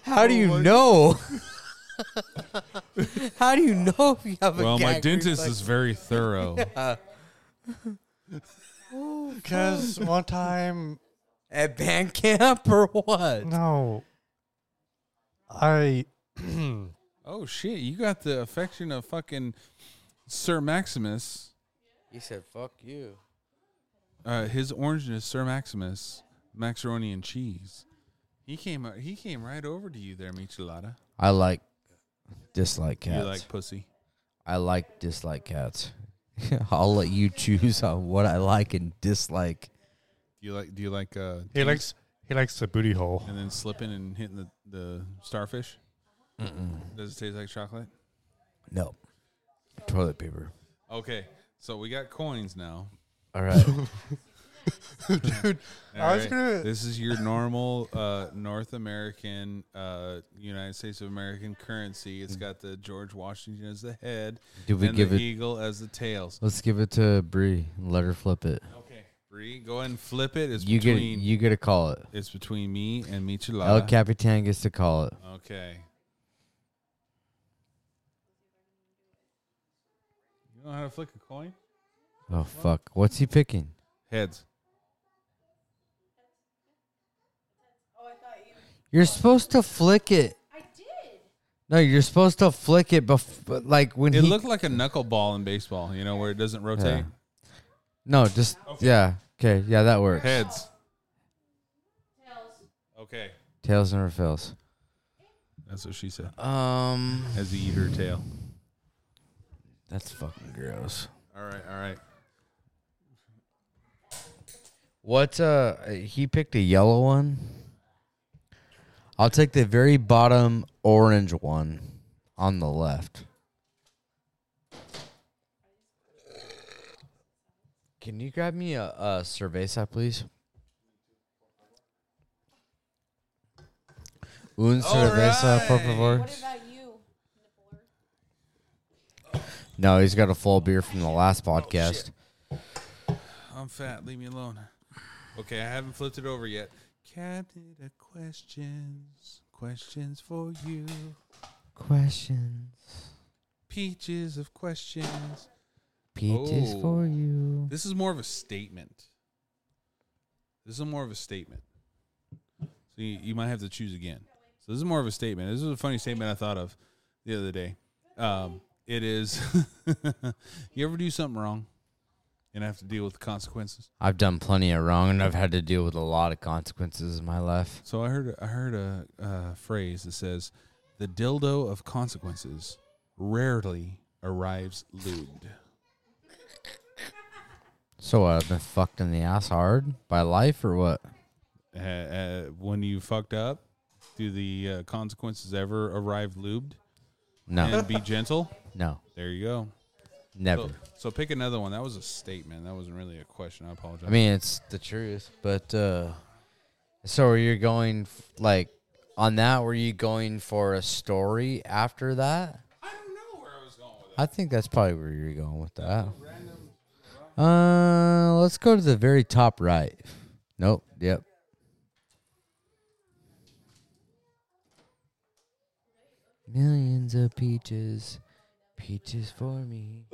Speaker 2: How do you know? [laughs] How do you know if you have a
Speaker 1: Well, my
Speaker 2: gag
Speaker 1: dentist
Speaker 2: reflex?
Speaker 1: is very
Speaker 2: [laughs]
Speaker 1: thorough.
Speaker 3: Because one time,
Speaker 2: at band camp or what?
Speaker 3: no, I
Speaker 1: Oh shit! You got the affection of fucking Sir Maximus.
Speaker 2: He said, "Fuck you."
Speaker 1: Uh, his orangeness, Sir Maximus, macaroni and cheese. He came. uh, He came right over to you there, Michelada.
Speaker 2: I like dislike cats.
Speaker 1: You like pussy?
Speaker 2: I like dislike cats. [laughs] I'll let you choose on what I like and dislike.
Speaker 1: Do you like? Do you like? Uh,
Speaker 3: He likes he likes the booty hole.
Speaker 1: and then slipping and hitting the, the starfish. Does it taste like chocolate?
Speaker 2: No. Toilet paper.
Speaker 1: Okay, so we got coins now.
Speaker 2: All
Speaker 1: [laughs]
Speaker 2: right.
Speaker 3: I was
Speaker 1: Alright,
Speaker 3: gonna-
Speaker 1: This is your normal uh, North American, uh, United States of American currency. It's got the George Washington as the head,
Speaker 2: Did we
Speaker 1: and
Speaker 2: give
Speaker 1: the
Speaker 2: it-
Speaker 1: eagle as the tails.
Speaker 2: Let's give it to Bree and let her flip it.
Speaker 1: Okay, Bree, go ahead and flip it. It's
Speaker 2: You get
Speaker 1: between
Speaker 2: you get to call it.
Speaker 1: it's between me and
Speaker 2: El
Speaker 1: Michelada.
Speaker 2: Capitan gets to call it.
Speaker 1: Okay. You know how to flick a coin?
Speaker 2: Oh fuck. What's he picking?
Speaker 1: Heads.
Speaker 2: You're supposed to flick it. I did. No, you're supposed to flick it bef- like when
Speaker 1: It
Speaker 2: he
Speaker 1: looked like a knuckleball in baseball, you know, where it doesn't rotate.
Speaker 2: No, just yeah. Okay, yeah, that works.
Speaker 1: Heads. Okay.
Speaker 2: Tails never fails.
Speaker 1: That's what she said.
Speaker 2: Um,
Speaker 1: As you eat her tail.
Speaker 2: that's fucking gross.
Speaker 1: All right, all right.
Speaker 2: What? Uh, he picked a yellow one. I'll take the very bottom orange one on the left. Can you grab me a, a cerveza, please? Un cerveza, por favor.
Speaker 8: about you?
Speaker 2: No, he's got a full beer from the last podcast.
Speaker 1: I'm fat. Leave me alone. Okay, I haven't flipped it over yet. Cabinet of questions. Questions for you.
Speaker 2: Questions.
Speaker 1: Peaches of questions.
Speaker 2: Pete is
Speaker 1: Oh.
Speaker 2: for you.
Speaker 1: This is more of a statement. This is more of a statement. So you, you might have to choose again. So this is more of a statement. This is a funny statement I thought of the other day. Um, it is [laughs] you ever do something wrong and have to deal with the consequences?
Speaker 2: I've done plenty of wrong and I've had to deal with a lot of consequences in my life.
Speaker 1: So I heard I heard a, a phrase that says, "The dildo of consequences rarely arrives lubed."
Speaker 2: So what, I've been fucked in the ass hard by life or what?
Speaker 1: Uh, uh, when you fucked up, do the uh, consequences ever arrive lubed?
Speaker 2: No,
Speaker 1: And be gentle.
Speaker 2: no,
Speaker 1: There you go.
Speaker 2: never.
Speaker 1: So, so pick another one. That was a statement. That wasn't really a question. I apologize.
Speaker 2: I mean, it's the truth, but uh so are you going f- like on that? Were you going for a story after that?
Speaker 1: I don't know where I was going with
Speaker 2: I think that's probably where you're going with that. Uh, let's go to the very top right. Nope. Yep. Millions of peaches, peaches for me.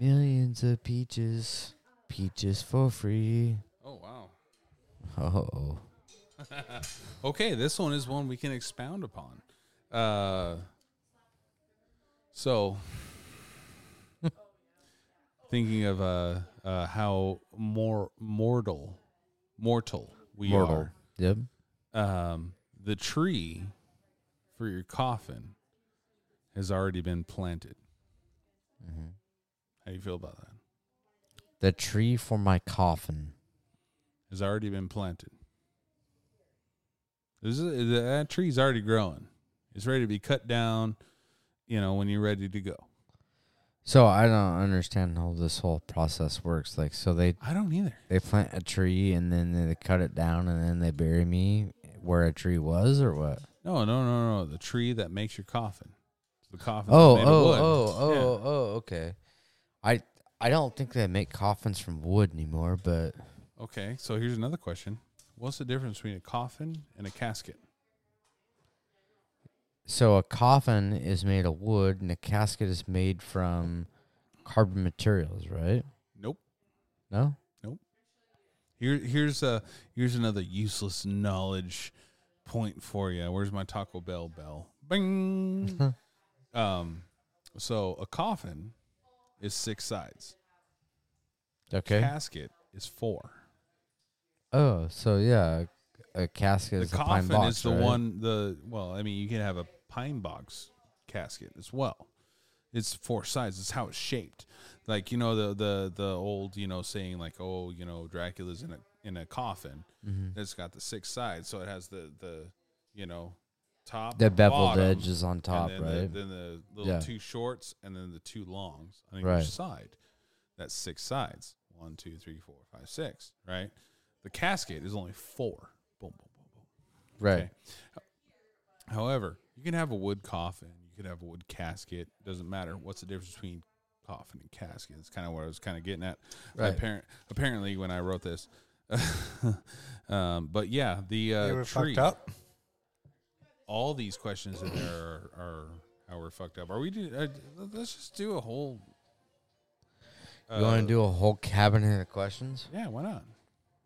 Speaker 2: Millions of peaches, peaches for free.
Speaker 1: it. Oh wow.
Speaker 2: Oh,
Speaker 1: Okay, this one is one we can expound upon. Uh, so, thinking of uh, uh, how more mortal, mortal we
Speaker 2: mortal. Yep.
Speaker 1: are. Um, the tree for your coffin has already been planted. How do you feel about that?
Speaker 2: The tree for my coffin.
Speaker 1: Has already been planted. This is, that tree's already growing. It's ready to be cut down. You know when you're ready to go.
Speaker 2: So I don't understand how this whole process works. Like, so they
Speaker 1: I don't either.
Speaker 2: they plant a tree and then they cut it down and then they bury me where a tree was or what?
Speaker 1: No, no, no, no. The tree that makes your coffin. It's the coffin.
Speaker 2: Oh,
Speaker 1: made
Speaker 2: oh,
Speaker 1: of wood.
Speaker 2: oh, oh,
Speaker 1: Yeah.
Speaker 2: oh, okay. I I don't think they make coffins from wood anymore, but
Speaker 1: Okay, so here's another question. What's the difference between a coffin and a casket?
Speaker 2: so a coffin is made of wood and a casket is made from carbon materials, right?
Speaker 1: Nope.
Speaker 2: No?
Speaker 1: Here, here's a here's another useless knowledge point for you. Where's my Taco Bell bell? Bing. um, so a coffin is six sides.
Speaker 2: Okay.
Speaker 1: Casket is four.
Speaker 2: oh, so yeah, a, a casket
Speaker 1: The
Speaker 2: is a pine
Speaker 1: coffin
Speaker 2: box,
Speaker 1: is the
Speaker 2: right?
Speaker 1: one. The well, I mean, you can have a pine box casket as well. It's four sides. It's how it's shaped. Like you know the the the old you know saying like oh you know Dracula's in a in a coffin.
Speaker 2: Mm-hmm.
Speaker 1: It's got the six sides, so it has the the you know top
Speaker 2: The beveled
Speaker 1: bottom,
Speaker 2: edge is on top,
Speaker 1: and then
Speaker 2: right?
Speaker 1: The, then the little
Speaker 2: Yeah.
Speaker 1: two shorts and then the two longs on each
Speaker 2: Right.
Speaker 1: side. That's six sides. One, two, three, four, five, six. Right. The cascade is only four. Boom, boom, boom, boom.
Speaker 2: right.
Speaker 1: Okay. However, you can have a wood coffin, you could have a wood casket. Doesn't matter. What's the difference between coffin and casket? It's kind of what I was kind of getting at.
Speaker 2: Right.
Speaker 1: Appar- apparently, when I wrote this, [laughs] um, but yeah, the uh,
Speaker 3: they were
Speaker 1: tree.
Speaker 3: fucked up.
Speaker 1: All these questions in there are, are how we're fucked up. Are we? Do, uh, let's just do a whole. uh,
Speaker 2: You want to do a whole cabinet of questions?
Speaker 1: Yeah, why not?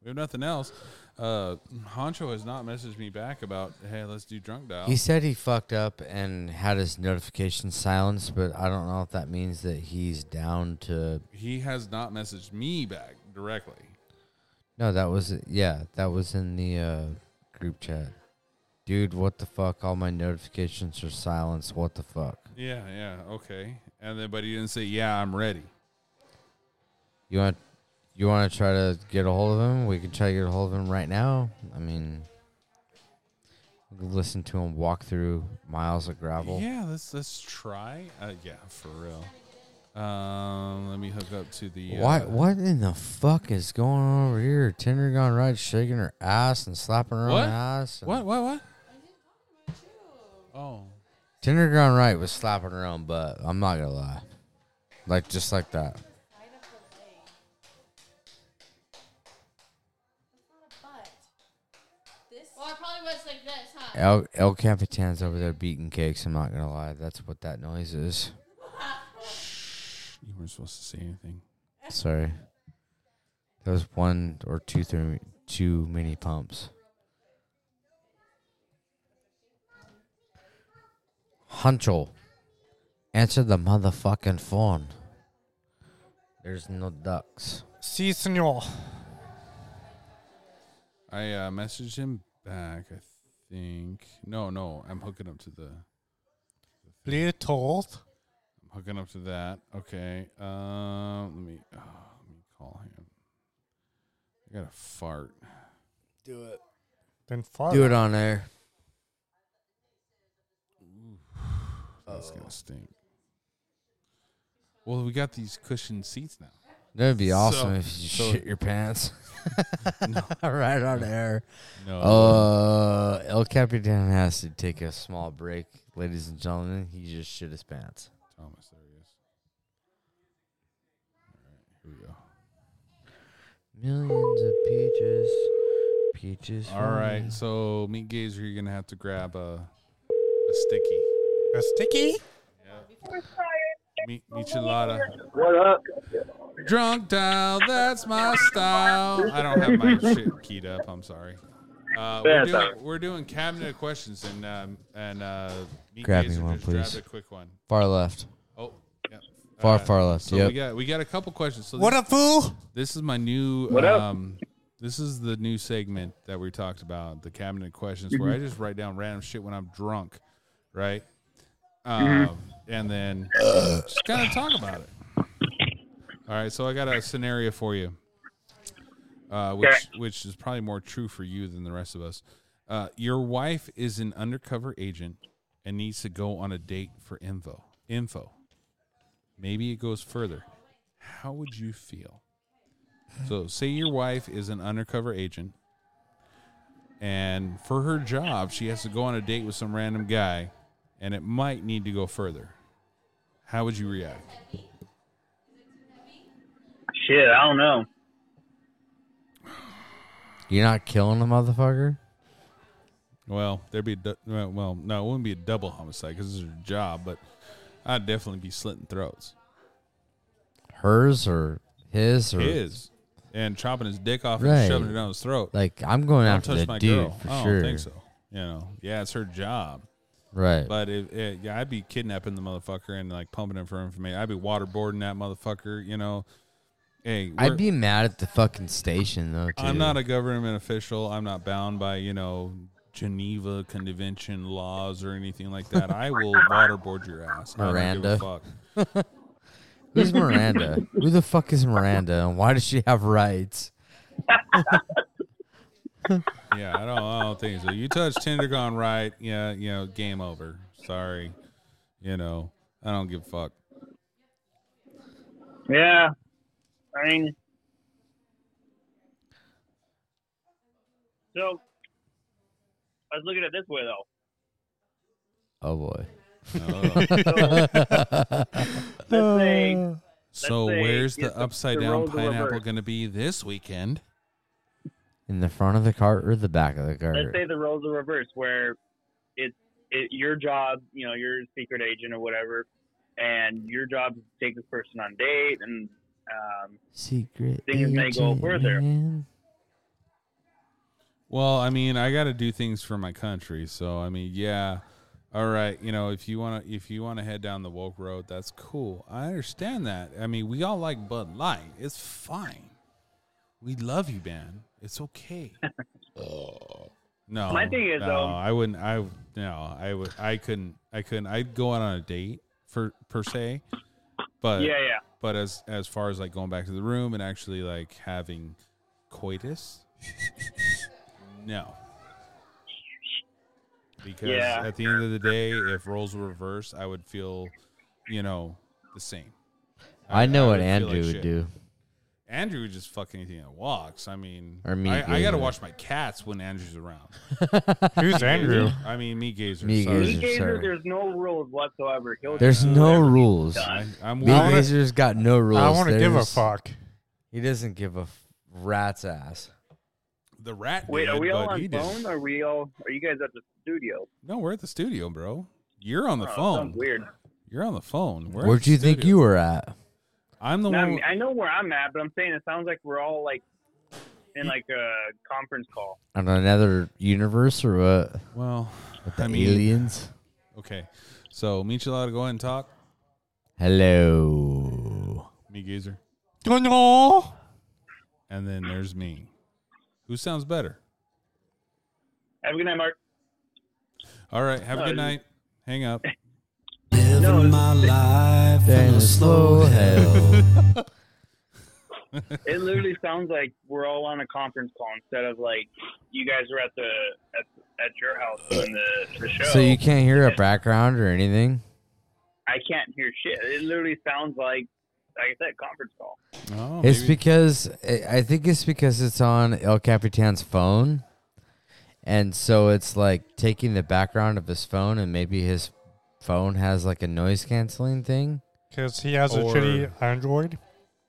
Speaker 1: We have nothing else. Uh, Honcho has not messaged me back about hey, let's do drunk dial.
Speaker 2: He said he fucked up and had his notification silenced, but I don't know if that means that he's down to.
Speaker 1: he has not messaged me back directly.
Speaker 2: No, that was yeah, that was in the uh, group chat. Dude, what the fuck? All my notifications are silenced. What the fuck?
Speaker 1: Yeah, yeah, okay. And then, but he didn't say, "Yeah, I'm ready."
Speaker 2: You want you want to try to get a hold of him? We can try to get a hold of him right now. I mean, we can listen to him walk through miles of gravel.
Speaker 1: Yeah, let's let's try. Uh, yeah, for real. Um, let me hook up to the.
Speaker 2: Why?
Speaker 1: uh,
Speaker 2: What in the fuck is going on over here? Tinder gone right, shaking her ass and slapping her
Speaker 1: What?
Speaker 2: own ass. and-
Speaker 1: What? What? What? Oh,
Speaker 2: Tinder gone right was slapping her own butt. I'm not gonna lie, like just like that.
Speaker 8: Well, I probably was like this, huh?
Speaker 2: El El Capitan's over there beating cakes. I'm not gonna lie. That's what that noise is.
Speaker 1: you weren't supposed to say anything.
Speaker 2: Sorry. That was one or two, three, too many pumps. Huncho, answer the motherfucking phone. There's no ducks.
Speaker 3: Si, senor.
Speaker 1: I uh, messaged him back. I think. No, no, I'm hooking up to the.
Speaker 3: Please told.
Speaker 1: I'm hooking up to that. Okay. Um, let me. Uh, let me call him. I got to fart.
Speaker 2: Do it.
Speaker 3: Then fart.
Speaker 2: Do it on air.
Speaker 1: That's gonna stink. Well, we got these cushioned seats now.
Speaker 2: That'd be awesome
Speaker 1: So-
Speaker 2: if you
Speaker 1: so-
Speaker 2: shit your pants. [laughs] right on air.
Speaker 1: No.
Speaker 2: Uh, El Capitan has to take a small break, ladies and gentlemen. He just shit his pants.
Speaker 1: Thomas, there he is. All right, here we go.
Speaker 2: Millions of peaches. Peaches.
Speaker 1: All right, so meat gazer, you're gonna have to grab a a sticky
Speaker 3: A sticky?
Speaker 1: meat michelada. What up? Drunk dial, that's my style. I don't have [laughs] my shit keyed up. I'm sorry. Uh, we're, doing, we're doing cabinet of questions and um, and uh, meat
Speaker 2: Grab me
Speaker 1: gazer
Speaker 2: one,
Speaker 1: just
Speaker 2: please.
Speaker 1: grabbed a quick one.
Speaker 2: Far left.
Speaker 1: Oh, yeah.
Speaker 2: Far,
Speaker 1: Uh,
Speaker 2: far left.
Speaker 1: So
Speaker 2: yep.
Speaker 1: we got we got a couple questions. So
Speaker 3: What
Speaker 1: this,
Speaker 3: a fool!
Speaker 1: this is my new what um this is the new segment that we talked about, the cabinet questions where I just write down random shit when I'm drunk, right? Um and then just kind of talk about it. All right, so I got a scenario for you. Uh, which which is probably more true for you than the rest of us. Uh, your wife is an undercover agent and needs to go on a date for info. Info. Maybe it goes further. How would you feel? So, say your wife is an undercover agent, and for her job, she has to go on a date with some random guy, and it might need to go further. How would you react?
Speaker 9: Shit, I don't know.
Speaker 2: You're not killing a motherfucker?
Speaker 1: Well, there'd be a du- well, well, no, it wouldn't be a double homicide because it's her job, but I'd definitely be slitting throats.
Speaker 2: Hers or his or.
Speaker 1: His and chopping his dick off
Speaker 2: Right.
Speaker 1: and shoving it down his throat.
Speaker 2: Like, I'm going
Speaker 1: Don't
Speaker 2: after
Speaker 1: touch
Speaker 2: the
Speaker 1: my
Speaker 2: dude
Speaker 1: girl.
Speaker 2: for
Speaker 1: I don't
Speaker 2: sure.
Speaker 1: think so. You know, yeah, it's her job.
Speaker 2: Right.
Speaker 1: But if it, yeah, I'd be kidnapping the motherfucker and like pumping him for information. I'd be waterboarding that motherfucker. You know, hey,
Speaker 2: I'd
Speaker 1: we're-
Speaker 2: be mad at the fucking station, though, too.
Speaker 1: I'm not a government official. I'm not bound by you know Geneva Convention laws or anything like that. I
Speaker 2: [laughs]
Speaker 1: will waterboard your ass. I
Speaker 2: Miranda.
Speaker 1: don't give a fuck. [laughs]
Speaker 2: Who's Miranda? Who the fuck is Miranda? And why does she have rights?
Speaker 1: Yeah, I don't. I don't think so. You touch Tinder gone right. Yeah, you know, game over. Sorry. You know, I don't give a
Speaker 9: [laughs]
Speaker 1: fuck.
Speaker 9: Yeah. I mean, so I was looking at it this way though.
Speaker 2: Oh boy.
Speaker 1: Oh.
Speaker 9: Let's say
Speaker 2: Uh.
Speaker 1: so
Speaker 9: say
Speaker 1: where's
Speaker 9: it's
Speaker 1: the
Speaker 9: the-
Speaker 1: upside
Speaker 9: the
Speaker 1: down
Speaker 9: roles were
Speaker 1: pineapple
Speaker 9: reversed.
Speaker 1: going to be this weekend?
Speaker 2: In the front of the cart or the back of the
Speaker 9: let's
Speaker 2: cart?
Speaker 9: say the roles are reversed, where it's it, your job, you know, you're a secret agent or whatever, and your job is to take this person on date, and um,
Speaker 2: Secret.
Speaker 9: Things may go
Speaker 2: agent,
Speaker 9: further.
Speaker 2: man.
Speaker 1: Well, I mean, I got to do things for my country. So, I mean, yeah. All right, you know, if you want to if you want to head down the woke road, that's cool. I understand that. I mean, we all like Bud Light. It's fine. We love you, man. It's
Speaker 9: [laughs]
Speaker 1: okay. No.
Speaker 9: My thing is,
Speaker 1: no,
Speaker 9: though-
Speaker 1: I wouldn't I no, I would I couldn't I couldn't I'd go out on a date for per se.
Speaker 2: Uh,
Speaker 1: But
Speaker 9: yeah, yeah.
Speaker 1: but as as far as like going back to the room and actually like having coitus, no. Because
Speaker 9: Yeah.
Speaker 1: at the end of the day, if roles were reversed, I would feel, you know, the same.
Speaker 2: I know what
Speaker 1: would feel
Speaker 2: Andrew
Speaker 1: like
Speaker 2: would
Speaker 1: shit.
Speaker 2: do.
Speaker 1: Andrew would just fuck anything that walks. I mean,
Speaker 2: Or me
Speaker 1: I, I got to
Speaker 2: gazer.
Speaker 1: watch my cats when Andrew's
Speaker 2: [laughs]
Speaker 1: around.
Speaker 3: Who's Andrew?
Speaker 1: I mean, me gazer.
Speaker 2: Me
Speaker 1: sorry.
Speaker 9: He
Speaker 2: Gazer,
Speaker 9: gave
Speaker 2: sorry.
Speaker 9: her, there's no rules whatsoever. He'll
Speaker 2: There's
Speaker 9: do
Speaker 2: no
Speaker 9: whatever.
Speaker 2: rules.
Speaker 1: I, I'm
Speaker 2: Big
Speaker 1: willing-
Speaker 2: Razor's got no rules.
Speaker 3: I want to give a
Speaker 2: There's-
Speaker 3: fuck.
Speaker 2: He doesn't give a f- rat's ass.
Speaker 1: the rat.
Speaker 9: Wait, are
Speaker 1: did,
Speaker 9: we all
Speaker 1: but he
Speaker 9: on
Speaker 1: didn't.
Speaker 9: phone? Are we all? Are you guys at the studio?
Speaker 1: No, we're at the studio, bro. You're on the
Speaker 9: Oh, it
Speaker 1: phone.
Speaker 9: Sounds weird.
Speaker 1: You're on the phone. We're at
Speaker 2: Where'd
Speaker 1: the
Speaker 2: you think
Speaker 1: studio.
Speaker 2: you were at?
Speaker 1: I'm the
Speaker 9: No, I,
Speaker 1: one.
Speaker 9: mean, I know where I'm at, but I'm saying it sounds like we're all like in like a conference call.
Speaker 2: On another universe or what?
Speaker 1: well,
Speaker 2: With the
Speaker 1: I mean-
Speaker 2: aliens?
Speaker 1: okay. So, Michelada, go ahead and talk.
Speaker 2: Hello.
Speaker 1: Me, Gazer.
Speaker 3: Don't know.
Speaker 1: And then there's me. Who sounds better?
Speaker 9: Have a good night, Mark.
Speaker 1: All right. Have a good
Speaker 9: Uh,
Speaker 1: night. Hang
Speaker 9: [laughs]
Speaker 1: up.
Speaker 9: No,
Speaker 2: Then slow
Speaker 1: [laughs]
Speaker 2: hell.
Speaker 9: it literally sounds like we're all on a conference call instead of like you guys are at the at, at your house doing the, the show.
Speaker 2: Uh, so you can't hear a background or anything?
Speaker 9: I can't hear shit. It literally sounds like like I said, conference call.
Speaker 1: Oh,
Speaker 2: It's
Speaker 1: maybe-
Speaker 2: because I I think it's because it's on El Capitan's phone, and so it's like taking the background of his phone, and maybe his phone has like a noise canceling thing.
Speaker 3: Because he has
Speaker 1: Or-
Speaker 3: a shitty Android.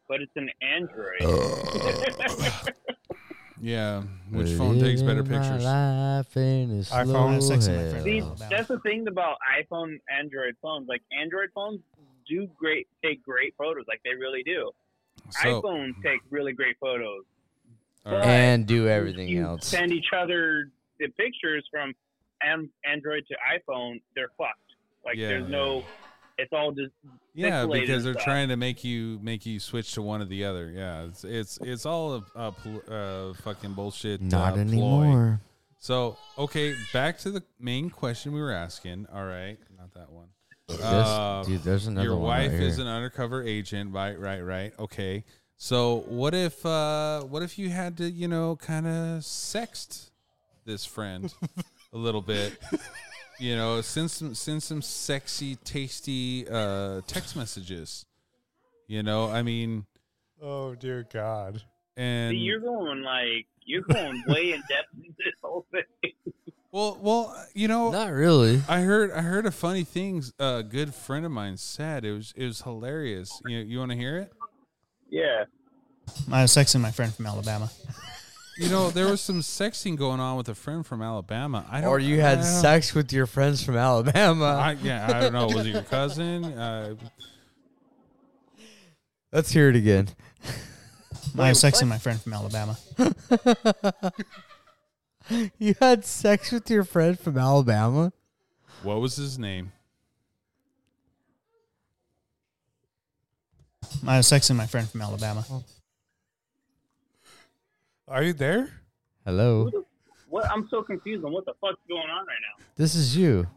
Speaker 9: But it's an
Speaker 2: Oh.
Speaker 9: Android.
Speaker 1: yeah. Which phone takes better
Speaker 2: Living my
Speaker 1: pictures?
Speaker 2: life in a
Speaker 3: iPhone.
Speaker 2: slow
Speaker 3: Have
Speaker 5: sex with my friend.
Speaker 9: See,
Speaker 2: hell.
Speaker 9: that's the thing about iPhone, Android phones. Like Android phones do great, take great photos. Like they really do.
Speaker 1: So,
Speaker 9: iPhones take really great photos.
Speaker 1: all right.
Speaker 2: and do everything
Speaker 9: you
Speaker 2: else.
Speaker 9: send each other the pictures from am- Android to iPhone, they're fucked. Like
Speaker 1: Yeah.
Speaker 9: there's no, it's all just
Speaker 1: yeah,
Speaker 9: pixelated
Speaker 1: because they're
Speaker 9: stuff.
Speaker 1: trying to make you make you switch to one or the other. Yeah, it's it's it's all a, a pl- uh, fucking bullshit. uh,
Speaker 2: Not
Speaker 1: ploy.
Speaker 2: anymore.
Speaker 1: So, okay, back to the main question we were asking. All right, not that one. Uh,
Speaker 2: This, dude, there's another
Speaker 1: Your
Speaker 2: one
Speaker 1: wife
Speaker 2: right
Speaker 1: is
Speaker 2: here.
Speaker 1: an undercover agent, right? Right? Right? Okay. So, what if, uh, what if you had to, you know, kind of sext this
Speaker 2: [laughs]
Speaker 1: friend a little bit? You know, send some send some sexy, tasty uh, text messages. You know, I mean,
Speaker 3: Oh, dear God.
Speaker 1: and
Speaker 9: See, you're going like you're going way in depth in this whole thing. [laughs]
Speaker 1: well, well, you know,
Speaker 2: Not really.
Speaker 1: I heard I heard a funny thing a good friend of mine said. It was it was hilarious. You you want to hear it?
Speaker 9: Yeah,
Speaker 5: I was sexing my friend from Alabama.
Speaker 1: You know, there was some sexting going on with a friend from Alabama. I don't,
Speaker 2: Or you had
Speaker 1: I don't-
Speaker 2: sex with your friends from Alabama.
Speaker 1: I, yeah, I don't know. Was it your cousin? Uh,
Speaker 2: Let's hear it again. [laughs]
Speaker 5: I was sexing my friend from Alabama.
Speaker 2: You had sex with your friend from Alabama?
Speaker 1: what was his name?
Speaker 5: I was sexing my friend from Alabama.
Speaker 3: Are you there?
Speaker 2: Hello.
Speaker 9: What? I'm so confused on what the fuck's going on right now.
Speaker 2: This is you.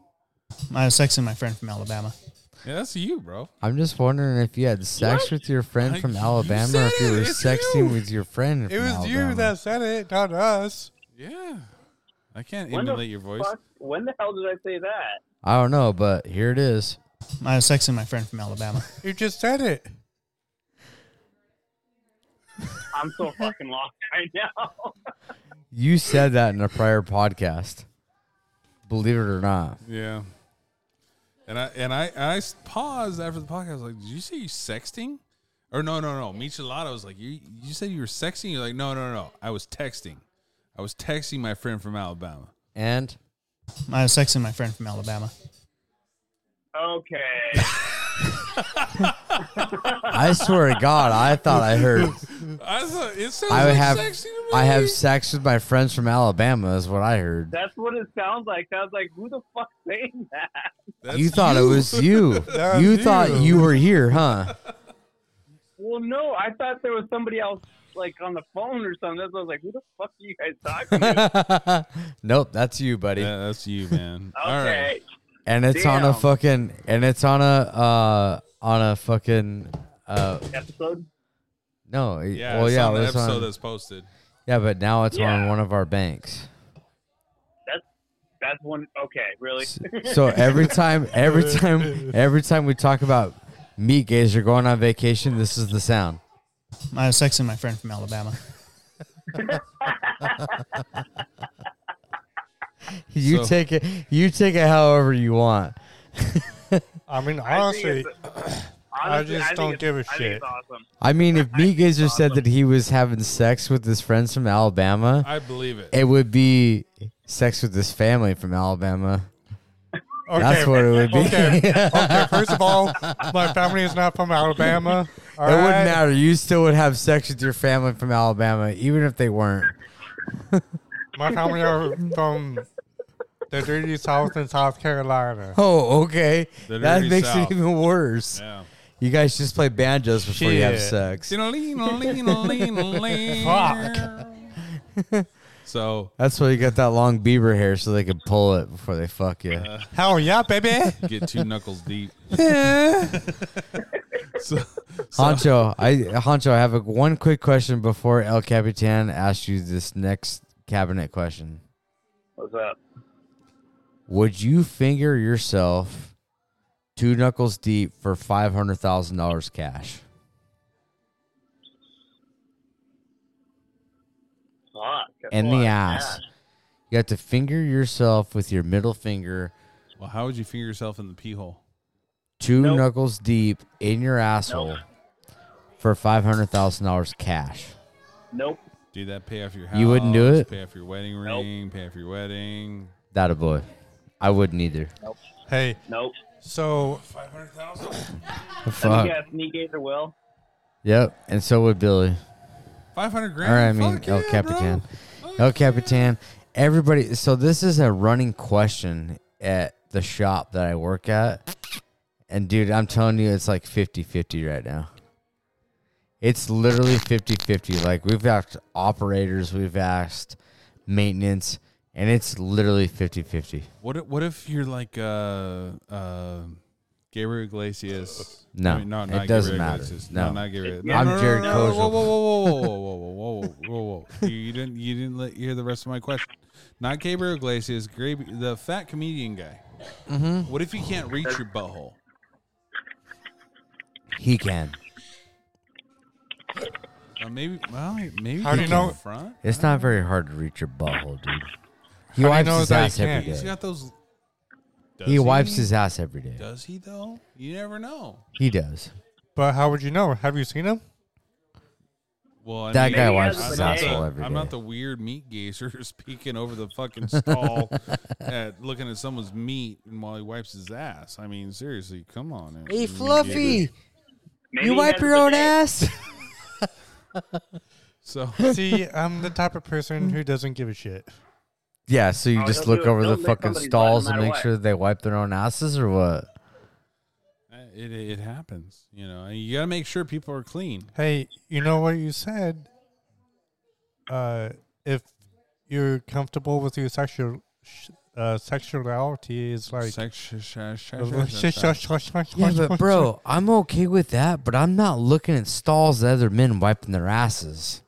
Speaker 5: I was sexing my friend from Alabama.
Speaker 1: Yeah, that's you, bro.
Speaker 2: I'm just wondering if you had sex with your friend
Speaker 1: I-
Speaker 2: from
Speaker 1: you
Speaker 2: Alabama, or if
Speaker 1: said
Speaker 2: you
Speaker 1: it,
Speaker 2: were
Speaker 1: it's
Speaker 2: sexting
Speaker 1: you.
Speaker 2: with your friend.
Speaker 3: It
Speaker 2: from
Speaker 3: was
Speaker 2: Alabama.
Speaker 3: you that said it, not us.
Speaker 1: Yeah. I can't
Speaker 9: When the
Speaker 1: emulate your voice.
Speaker 9: fuck- when the hell did I say that?
Speaker 2: I don't know, but here it is.
Speaker 5: I was sexing my friend from Alabama.
Speaker 3: You just said it.
Speaker 9: I'm
Speaker 1: [laughs]
Speaker 9: so fucking lost right now. [laughs]
Speaker 2: You said that in a prior podcast. Believe it or not.
Speaker 1: Yeah. And I and I and I s- paused after the podcast. I was like, "Did you say you sexting?" Or no, no, no. Michelada was like, "You you said you were sexting." You're like, "No, no, no. I was texting. I was texting my friend from Alabama."
Speaker 2: And
Speaker 5: I was sexing my friend from Alabama.
Speaker 9: Okay.
Speaker 2: I swear to God, I thought
Speaker 1: [laughs]
Speaker 2: I heard
Speaker 1: I thought it sounds
Speaker 2: I
Speaker 1: like
Speaker 2: have
Speaker 1: sexting to me.
Speaker 2: I have sex with my friends from Alabama is what I heard.
Speaker 9: That's what it sounds like. I was like, who the fuck's saying that?
Speaker 1: That's
Speaker 2: you thought it was
Speaker 1: [laughs]
Speaker 2: you.
Speaker 3: That
Speaker 2: you
Speaker 3: was
Speaker 2: thought
Speaker 3: you.
Speaker 2: you were here, huh? [laughs]
Speaker 9: Well, no, I thought there was somebody else like on the phone or something. That's why I was like, who the fuck are you guys talking
Speaker 2: [laughs]
Speaker 9: to?
Speaker 2: nope, that's you, buddy.
Speaker 1: Yeah, that's you, [laughs] man.
Speaker 9: Okay.
Speaker 1: All right.
Speaker 2: and it's on a
Speaker 9: damn.
Speaker 2: fucking and it's on a uh on a fucking uh
Speaker 9: Episode?
Speaker 2: no,
Speaker 1: Yeah.
Speaker 2: well
Speaker 1: it's
Speaker 2: yeah,
Speaker 1: on the
Speaker 2: it was
Speaker 1: episode
Speaker 2: on-
Speaker 1: that's posted.
Speaker 2: yeah, but now it's
Speaker 9: Yeah.
Speaker 2: on one of our banks.
Speaker 9: That's that's one okay, really? [laughs]
Speaker 2: So every time, every
Speaker 1: [laughs]
Speaker 2: time, every time we talk about meat gays or going on vacation, this is the sound.
Speaker 5: I was sexing my friend from Alabama.
Speaker 2: You
Speaker 1: So-
Speaker 2: take it, you take it however you want.
Speaker 3: I mean,
Speaker 9: I think
Speaker 3: honestly,
Speaker 9: it's- honestly,
Speaker 3: just
Speaker 9: think
Speaker 3: don't
Speaker 9: it's-
Speaker 3: give a
Speaker 9: I think
Speaker 3: shit.
Speaker 9: it's awesome.
Speaker 2: I mean, if meat gazer said
Speaker 9: awesome.
Speaker 2: that he was having sex with his friends from Alabama,
Speaker 1: I believe it.
Speaker 2: it would be sex with his family from Alabama.
Speaker 3: okay.
Speaker 2: That's what it would be.
Speaker 3: Okay.
Speaker 2: [laughs] it
Speaker 3: okay, first of all, my family is not from
Speaker 2: [laughs]
Speaker 3: Alabama. All
Speaker 2: wouldn't
Speaker 3: right?
Speaker 2: matter. You still would have sex with your family from Alabama, even if they weren't.
Speaker 3: My family are from the dirty South in South Carolina.
Speaker 2: Oh, okay.
Speaker 1: The
Speaker 2: That
Speaker 1: dirty
Speaker 2: makes
Speaker 1: South.
Speaker 2: it even worse. [laughs]
Speaker 1: Yeah.
Speaker 2: You guys just play banjos before you have
Speaker 3: Shit.
Speaker 2: sex.
Speaker 1: [laughs]
Speaker 2: [laughs]
Speaker 1: So
Speaker 2: That's why you got that long beaver hair so they can pull it before they fuck you.
Speaker 3: Hell yeah, baby!
Speaker 1: get two knuckles deep. so,
Speaker 2: Honcho, I Honcho, I have a, one quick question before El Capitan asks you this next cabinet question.
Speaker 9: What's up?
Speaker 2: Would you finger yourself two knuckles deep for five hundred thousand dollars cash?
Speaker 9: Fuck. that's
Speaker 2: In
Speaker 9: a lot
Speaker 2: the
Speaker 9: of
Speaker 2: ass.
Speaker 9: cash.
Speaker 2: You have to finger yourself with your middle finger
Speaker 1: well, how would you finger yourself in the pee hole?
Speaker 2: two
Speaker 9: Nope.
Speaker 2: knuckles deep in your asshole for five hundred thousand dollars cash.
Speaker 9: Nope.
Speaker 1: Do that. Pay off your house.
Speaker 2: You wouldn't do it?
Speaker 1: Pay off your wedding ring. Pay off your wedding.
Speaker 2: That a boy. I wouldn't either.
Speaker 3: Hey,
Speaker 9: Nope.
Speaker 3: so
Speaker 9: Let
Speaker 2: Fuck.
Speaker 9: me guess, knee gazer will.
Speaker 2: Yep. And so would Billy.
Speaker 1: Five hundred
Speaker 2: All right, I
Speaker 1: grand.
Speaker 2: mean oh,
Speaker 1: Fuck
Speaker 2: El
Speaker 1: yeah,
Speaker 2: Capitan.
Speaker 1: bro. Fuck
Speaker 2: El Capitan. Everybody. So this is a running question at the shop that I work at. And dude, I'm telling you, it's like 50-50 right now. It's literally 50-50. Like we've asked operators, we've asked maintenance, and it's literally 50-50.
Speaker 1: What if, what if you're like uh uh Gabriel Iglesias?
Speaker 2: No,
Speaker 1: I mean, no,
Speaker 2: it
Speaker 1: not
Speaker 2: doesn't
Speaker 1: Gabriel
Speaker 2: matter.
Speaker 1: Iglesias.
Speaker 2: No.
Speaker 1: not Gabriel.
Speaker 2: I'm Jared Kozel.
Speaker 1: Whoa, whoa, whoa, whoa, whoa, whoa, whoa, whoa, whoa, whoa, whoa! You, you didn't you didn't let, hear the rest of my question. Not Gabriel Iglesias, Gabriel, the fat comedian guy. Mm-hmm. What if you can't reach your butthole?
Speaker 2: He can.
Speaker 1: Uh, maybe, well, maybe.
Speaker 3: How do you
Speaker 1: from
Speaker 3: know-
Speaker 1: the Front.
Speaker 2: It's not very hard to reach your butthole, dude. He
Speaker 3: How do you
Speaker 2: wipes
Speaker 3: know
Speaker 2: his
Speaker 3: that he
Speaker 2: ass every
Speaker 3: can't?
Speaker 2: day.
Speaker 1: He's got those. Does
Speaker 2: he wipes his ass every day.
Speaker 1: Does he though? You never know.
Speaker 2: He does.
Speaker 3: but how would you know? Have you seen him?
Speaker 1: Well, I
Speaker 2: That
Speaker 1: mean,
Speaker 2: guy
Speaker 1: I'm
Speaker 2: wipes
Speaker 1: not
Speaker 9: his
Speaker 1: the-
Speaker 2: asshole every
Speaker 1: I'm
Speaker 2: day.
Speaker 1: not the weird meat gazer [laughs] speaking over the fucking
Speaker 2: [laughs]
Speaker 1: stall at looking at someone's meat and while he wipes his ass. I mean, seriously, come on. man.
Speaker 2: Hey,
Speaker 1: Meat
Speaker 2: Fluffy,
Speaker 1: gazer.
Speaker 9: Maybe
Speaker 2: you
Speaker 9: he
Speaker 2: wipe
Speaker 9: has
Speaker 2: your
Speaker 9: the
Speaker 2: own
Speaker 9: day.
Speaker 2: ass.
Speaker 1: So [laughs]
Speaker 3: See, I'm the type of person
Speaker 2: Mm.
Speaker 3: who doesn't give a shit.
Speaker 2: [laughs] Yeah, so you
Speaker 9: Oh,
Speaker 2: just
Speaker 9: they'll
Speaker 2: look
Speaker 9: do it.
Speaker 2: over the
Speaker 9: They'll lick
Speaker 2: fucking
Speaker 9: somebody's butt no
Speaker 2: stalls and
Speaker 9: matter
Speaker 2: make
Speaker 9: what.
Speaker 2: sure that they wipe their own asses or what?
Speaker 1: uh, it it happens, you know. And you got to make sure people are clean.
Speaker 3: Hey, you know what you said? Uh, if you're comfortable with your sexual sh- uh, sexuality is like.
Speaker 1: Sex- sh- sh- sh- sh- sh- sh-
Speaker 2: Yeah,
Speaker 3: yeah,
Speaker 2: but bro, I'm okay with that, but I'm not looking at stalls of other men wiping their asses.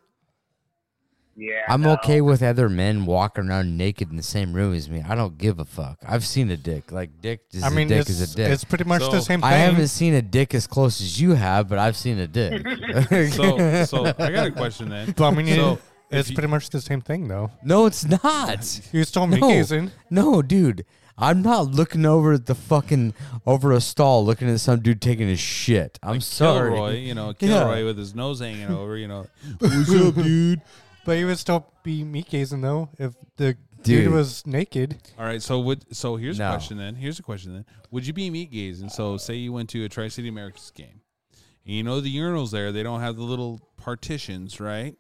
Speaker 9: Yeah,
Speaker 2: I'm
Speaker 9: no.
Speaker 2: okay with other men walking around naked in the same room as me. I don't give a fuck. I've seen a dick. Like dick is
Speaker 3: I mean,
Speaker 2: a dick
Speaker 3: it's,
Speaker 2: is a dick.
Speaker 3: it's pretty much
Speaker 1: So-
Speaker 3: the same thing.
Speaker 2: I haven't seen a dick as close as you have, but I've seen a dick. [laughs]
Speaker 1: so, so I got a question then.
Speaker 3: But I mean,
Speaker 1: So,
Speaker 3: it- it's
Speaker 1: you-
Speaker 3: pretty much the same thing, though.
Speaker 2: no, it's not.
Speaker 3: You're [laughs] still
Speaker 2: No.
Speaker 3: amazing.
Speaker 2: No, dude. I'm not looking over the fucking over a stall looking at some dude taking his shit. I'm sorry.
Speaker 1: Kilroy, you know,
Speaker 2: Yeah.
Speaker 1: Kilroy with his nose hanging over, you know.
Speaker 3: dude? But you would still be me gazing though if the dude,
Speaker 2: Dude.
Speaker 3: was naked.
Speaker 1: All right, so would so here's a
Speaker 2: No.
Speaker 1: question then. Here's a question then. Would you be meat gazing? So say you went to a Tri City Americans game, and you know the urinals there they don't have the little partitions, right?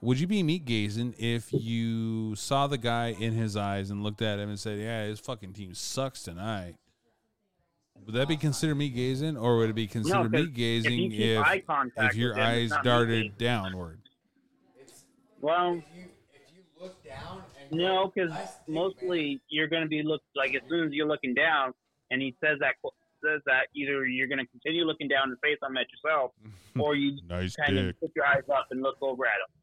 Speaker 1: Would you be meat gazing if you saw the guy in his eyes and looked at him and said, "Yeah, his fucking team sucks tonight"? Would that be considered meat gazing, or would it be
Speaker 9: No,
Speaker 1: considered
Speaker 9: 'cause
Speaker 1: meat gazing
Speaker 9: if, you keep eye
Speaker 1: if,
Speaker 9: contact
Speaker 1: if your
Speaker 9: with them, it's
Speaker 1: eyes
Speaker 9: not meat gazing.
Speaker 1: darted downward?
Speaker 9: Well,
Speaker 2: look down and
Speaker 9: no, because mostly you're going to be look like as soon as you're looking down, and he says that qu- says that either you're going to continue looking down and face on at
Speaker 1: [laughs]
Speaker 9: yourself, or you
Speaker 1: Nice
Speaker 9: kind of put your eyes up and look over at him.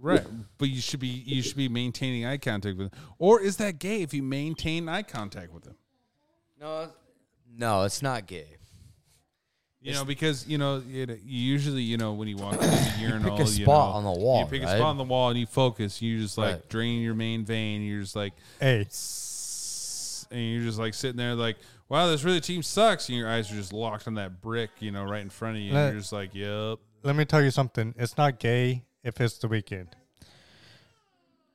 Speaker 1: Right, but you should be you should be maintaining eye contact with them. Or is that gay if you maintain eye contact with them?
Speaker 2: No, no, it's not gay.
Speaker 1: You know, because you know, it, you usually you know when you walk
Speaker 2: [coughs]
Speaker 1: through the urinal,
Speaker 2: spot
Speaker 1: know,
Speaker 2: on the wall,
Speaker 1: you pick a
Speaker 2: right?
Speaker 1: spot on the wall, and you focus. You just like
Speaker 2: Right.
Speaker 1: drain your main vein. You're just like, [sniffs]
Speaker 3: Hey,
Speaker 1: "Sss," and you're just like sitting there, like, wow, this really team sucks, and your eyes are just locked on that brick, you know, right in front of you.
Speaker 3: Let-
Speaker 1: and You're just like, yep.
Speaker 3: let me tell you something. It's not gay if it's the weekend.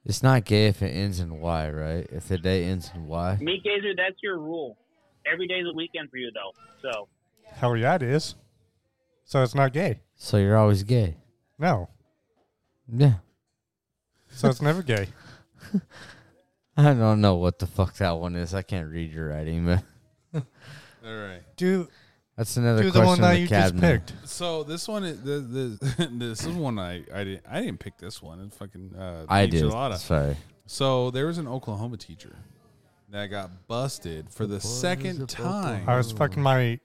Speaker 2: It's not gay if it ends in Y, right? If the day ends in Y.
Speaker 9: Meat gazer, that's your rule. Every day's a weekend for you, though. So
Speaker 3: Hell yeah, it is. So it's not gay.
Speaker 2: So you're always gay.
Speaker 3: No.
Speaker 2: Yeah.
Speaker 3: So it's never
Speaker 2: [laughs]
Speaker 3: gay.
Speaker 2: I don't know what the fuck that one is. I can't read your writing, but
Speaker 1: All right.
Speaker 3: Do
Speaker 2: that's another
Speaker 3: do
Speaker 2: question
Speaker 3: the one that
Speaker 2: in the
Speaker 3: you just
Speaker 2: cabinet.
Speaker 3: picked.
Speaker 1: So this one, is, the, the, [laughs] this is one I I didn't I didn't pick this one. It's fucking uh,
Speaker 2: I
Speaker 1: Peach
Speaker 2: did.
Speaker 1: Colada.
Speaker 2: Sorry.
Speaker 1: So there was an Oklahoma teacher that got busted for the second time.
Speaker 3: I was fucking my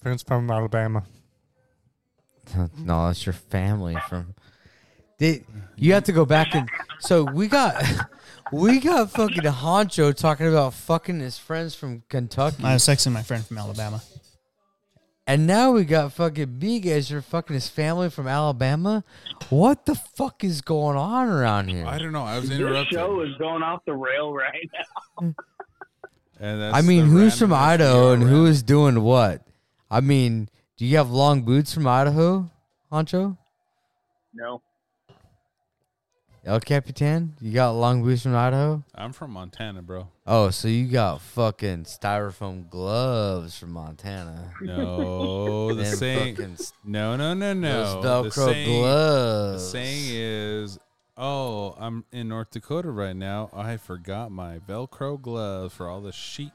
Speaker 3: friends from Alabama.
Speaker 2: No, that's your family from. Did you have to go back and so we got [laughs] we got fucking Honcho talking about fucking his friends from Kentucky,
Speaker 5: I was sexing my friend from Alabama.
Speaker 2: and now we got fucking Big Gazer fucking his family from Alabama. What the fuck is going on around here?
Speaker 1: I don't know. I was
Speaker 9: this
Speaker 1: interrupted.
Speaker 9: show is going off the rail right [laughs] now.
Speaker 1: And that's
Speaker 2: I mean,
Speaker 1: the
Speaker 2: who's
Speaker 1: randomness
Speaker 2: from
Speaker 1: we
Speaker 2: Idaho
Speaker 1: are
Speaker 2: and
Speaker 1: at.
Speaker 2: who is doing what? I mean, do you have long boots from Idaho, Honcho?
Speaker 9: No,
Speaker 2: El Capitan? You got long boots from Idaho?
Speaker 1: I'm from Montana, bro.
Speaker 2: Oh, so you got fucking styrofoam gloves from Montana. [laughs]
Speaker 1: No, the
Speaker 2: And
Speaker 1: saying.
Speaker 2: fucking s-
Speaker 1: No, no, no, no.
Speaker 2: those
Speaker 1: The
Speaker 2: Velcro
Speaker 1: saying, the
Speaker 2: gloves.
Speaker 1: saying is, oh, I'm in North Dakota right now. I forgot my Velcro gloves for all the sheep,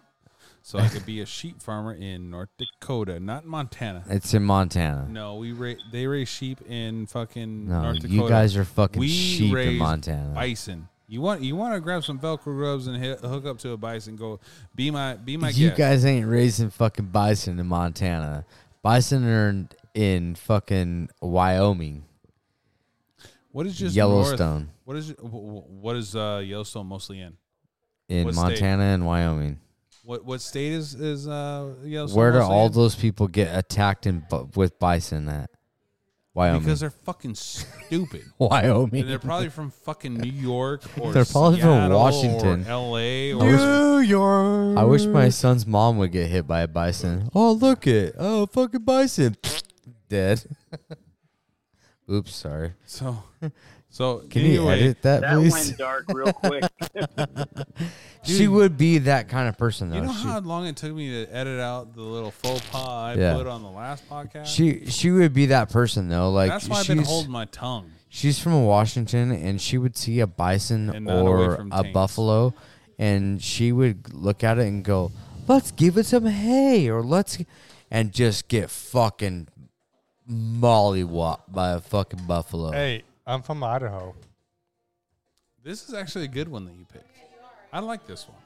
Speaker 1: so I could be a sheep farmer in North Dakota, not Montana.
Speaker 2: it's in Montana.
Speaker 1: No, we ra- they raise sheep in fucking
Speaker 2: No,
Speaker 1: North
Speaker 2: you
Speaker 1: Dakota.
Speaker 2: guys are fucking
Speaker 1: we
Speaker 2: sheep in
Speaker 1: raise
Speaker 2: Montana.
Speaker 1: Bison. You want you want to grab some Velcro gloves and hit, hook up to a bison. Go be my be my
Speaker 2: you
Speaker 1: guest.
Speaker 2: guys ain't raising fucking bison in Montana. Bison are in, in fucking Wyoming.
Speaker 1: What is just
Speaker 2: Yellowstone.
Speaker 1: north- what is wh- wh- what is uh, Yellowstone mostly in?
Speaker 2: In
Speaker 1: What state?
Speaker 2: Montana and Wyoming.
Speaker 1: What what state is is uh, Yellowstone?
Speaker 2: Where do
Speaker 1: mostly
Speaker 2: all
Speaker 1: in?
Speaker 2: those people get attacked and bu- with bison at? Wyoming.
Speaker 1: because they're
Speaker 2: [laughs]
Speaker 1: fucking stupid.
Speaker 2: Wyoming.
Speaker 1: And they're probably from fucking New
Speaker 2: [laughs]
Speaker 1: York or
Speaker 2: They're probably from
Speaker 1: Seattle or
Speaker 2: Washington.
Speaker 1: L.A.
Speaker 2: I
Speaker 1: or
Speaker 2: wish-
Speaker 3: New York.
Speaker 2: I wish my son's mom would get hit by a bison. Oh, look it. Oh, fucking bison. Dead. [laughs] Oops, sorry.
Speaker 1: so. So
Speaker 2: [laughs] Can you
Speaker 1: anyway,
Speaker 2: edit that,
Speaker 9: that
Speaker 2: please?
Speaker 9: went dark real quick.
Speaker 2: she would be that kind of person, though.
Speaker 1: You know
Speaker 2: she,
Speaker 1: how long it took me to edit out the little faux pas I
Speaker 2: Yeah.
Speaker 1: put on the last podcast?
Speaker 2: she she would be that person, though. Like
Speaker 1: That's why I've
Speaker 2: she's,
Speaker 1: been holding my tongue.
Speaker 2: she's from Washington, and she would see a
Speaker 1: And
Speaker 2: bison
Speaker 1: not away
Speaker 2: or
Speaker 1: from
Speaker 2: a
Speaker 1: tanks.
Speaker 2: buffalo, and she would look at it and go, "Let's give it some hay," or "Let's," and just get fucking mollywopped by a fucking buffalo.
Speaker 3: Hey, I'm from Idaho.
Speaker 1: This is actually a good one that you picked. I like this one.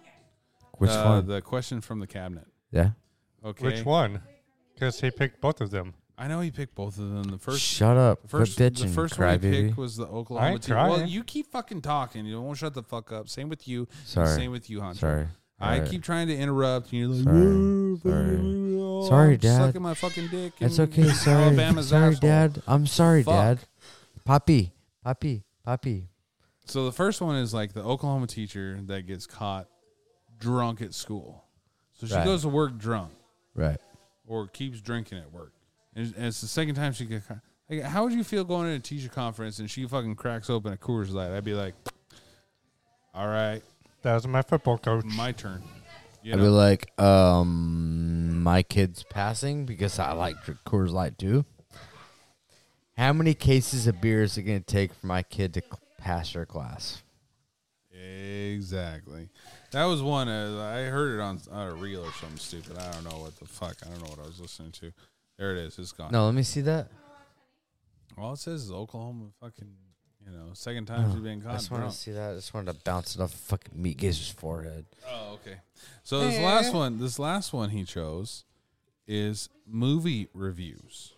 Speaker 2: Which
Speaker 1: Uh,
Speaker 2: one?
Speaker 1: The question from the cabinet.
Speaker 2: yeah.
Speaker 1: Okay.
Speaker 3: Which one? Because he picked both of them.
Speaker 1: I know you picked both of them. The first
Speaker 2: Shut up.
Speaker 1: The first,
Speaker 2: Quit
Speaker 1: the
Speaker 2: bitching,
Speaker 1: first one you
Speaker 2: crybaby.
Speaker 1: picked was the Oklahoma team.
Speaker 3: trying.
Speaker 1: Well, you keep fucking talking. You won't shut the fuck up. Same with you.
Speaker 2: Sorry.
Speaker 1: Same with you, Hunter.
Speaker 2: Sorry.
Speaker 1: I
Speaker 2: Alright.
Speaker 1: keep trying to interrupt, and you're like,
Speaker 2: Sorry. Sorry.
Speaker 1: "Oh,
Speaker 2: Sorry,
Speaker 1: I'm
Speaker 2: Dad.
Speaker 1: Sucking my fucking dick.
Speaker 2: That's
Speaker 1: in [laughs]
Speaker 2: okay. Sorry.
Speaker 1: Alabama's
Speaker 2: sorry,
Speaker 1: asshole."
Speaker 2: Dad. I'm sorry,
Speaker 1: Fuck.
Speaker 2: Dad. Poppy. Poppy. Poppy.
Speaker 1: So the first one is like the Oklahoma teacher that gets caught drunk at school. So she
Speaker 2: Right.
Speaker 1: goes to work drunk
Speaker 2: Right.
Speaker 1: or keeps drinking at work, and, and it's the second time she gets caught. Like, how would you feel going to a teacher conference and she fucking cracks open a Coors Light? I'd be like, "All right,
Speaker 3: That was my football coach.
Speaker 2: Mm.
Speaker 1: my turn." You
Speaker 2: I'd be like, um, my kid's passing because I like Dr- Coors Light too. How many cases of beer is it going to take for my kid to cl- pass her class?
Speaker 1: Exactly. That was one. Uh, I heard it on, on a reel or something stupid. I don't know what the fuck. I don't know what I was listening to. There it is. It's gone.
Speaker 2: No, let me see that.
Speaker 1: All it says is Oklahoma fucking, you know, second time she's been
Speaker 2: I
Speaker 1: caught
Speaker 2: just wanted
Speaker 1: drunk.
Speaker 2: to see that. I just wanted to bounce it off fucking meat gazer's forehead.
Speaker 1: Oh, okay. So this last one, this last one he chose is movie reviews.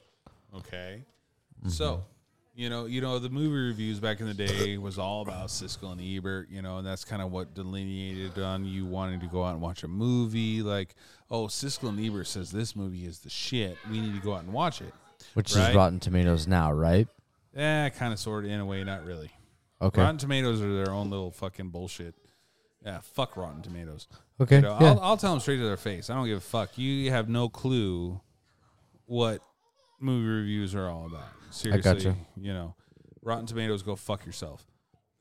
Speaker 1: Okay. So, you know, you know, the movie reviews back in the day was all about Siskel and Ebert, you know, and that's kind of what delineated on you wanting to go out and watch a movie. Like, oh, Siskel and Ebert says this movie is the shit. We need to go out and watch it.
Speaker 2: Which
Speaker 1: Right.
Speaker 2: is Rotten Tomatoes now, right?
Speaker 1: Eh, kind of, sort of, in a way, not really.
Speaker 2: Okay.
Speaker 1: Rotten Tomatoes are their own little fucking bullshit. Yeah, fuck Rotten Tomatoes.
Speaker 2: okay.
Speaker 1: You know,
Speaker 2: yeah.
Speaker 1: uh, I'll, I'll tell them straight to their face. I don't give a fuck. You have no clue what movie reviews are all about. Seriously,
Speaker 2: gotcha.
Speaker 1: you know, Rotten Tomatoes, go fuck yourself.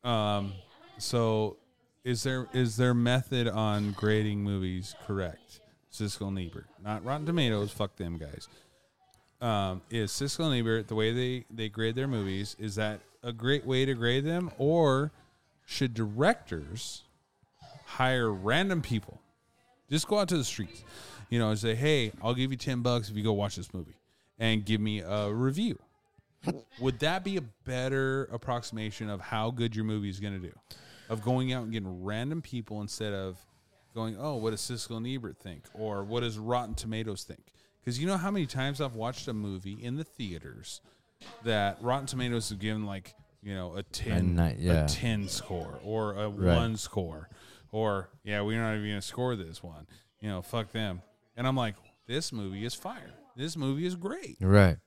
Speaker 1: Um, so is there is their method on grading movies correct? Siskel and Ebert, not Rotten Tomatoes. Fuck them guys. Um, is Siskel and Ebert the way they they grade their movies? Is that a great way to grade them, or should directors hire random people? Just go out to the streets, you know, and say, "Hey, I'll give you ten bucks if you go watch this movie and give me a review." Would that be a better approximation of how good your movie is going to do? Of going out and getting random people instead of going, "Oh, what does Siskel and Ebert think?" or "What does Rotten Tomatoes think?" Because you know how many times I've watched a movie in the theaters that Rotten Tomatoes have given like you know a ten,
Speaker 2: ni- yeah.
Speaker 1: a ten score or a
Speaker 2: Right.
Speaker 1: one score, or yeah, we're not even gonna score this one. You know, fuck them. And I'm like, this movie is fire. This movie is great.
Speaker 2: right.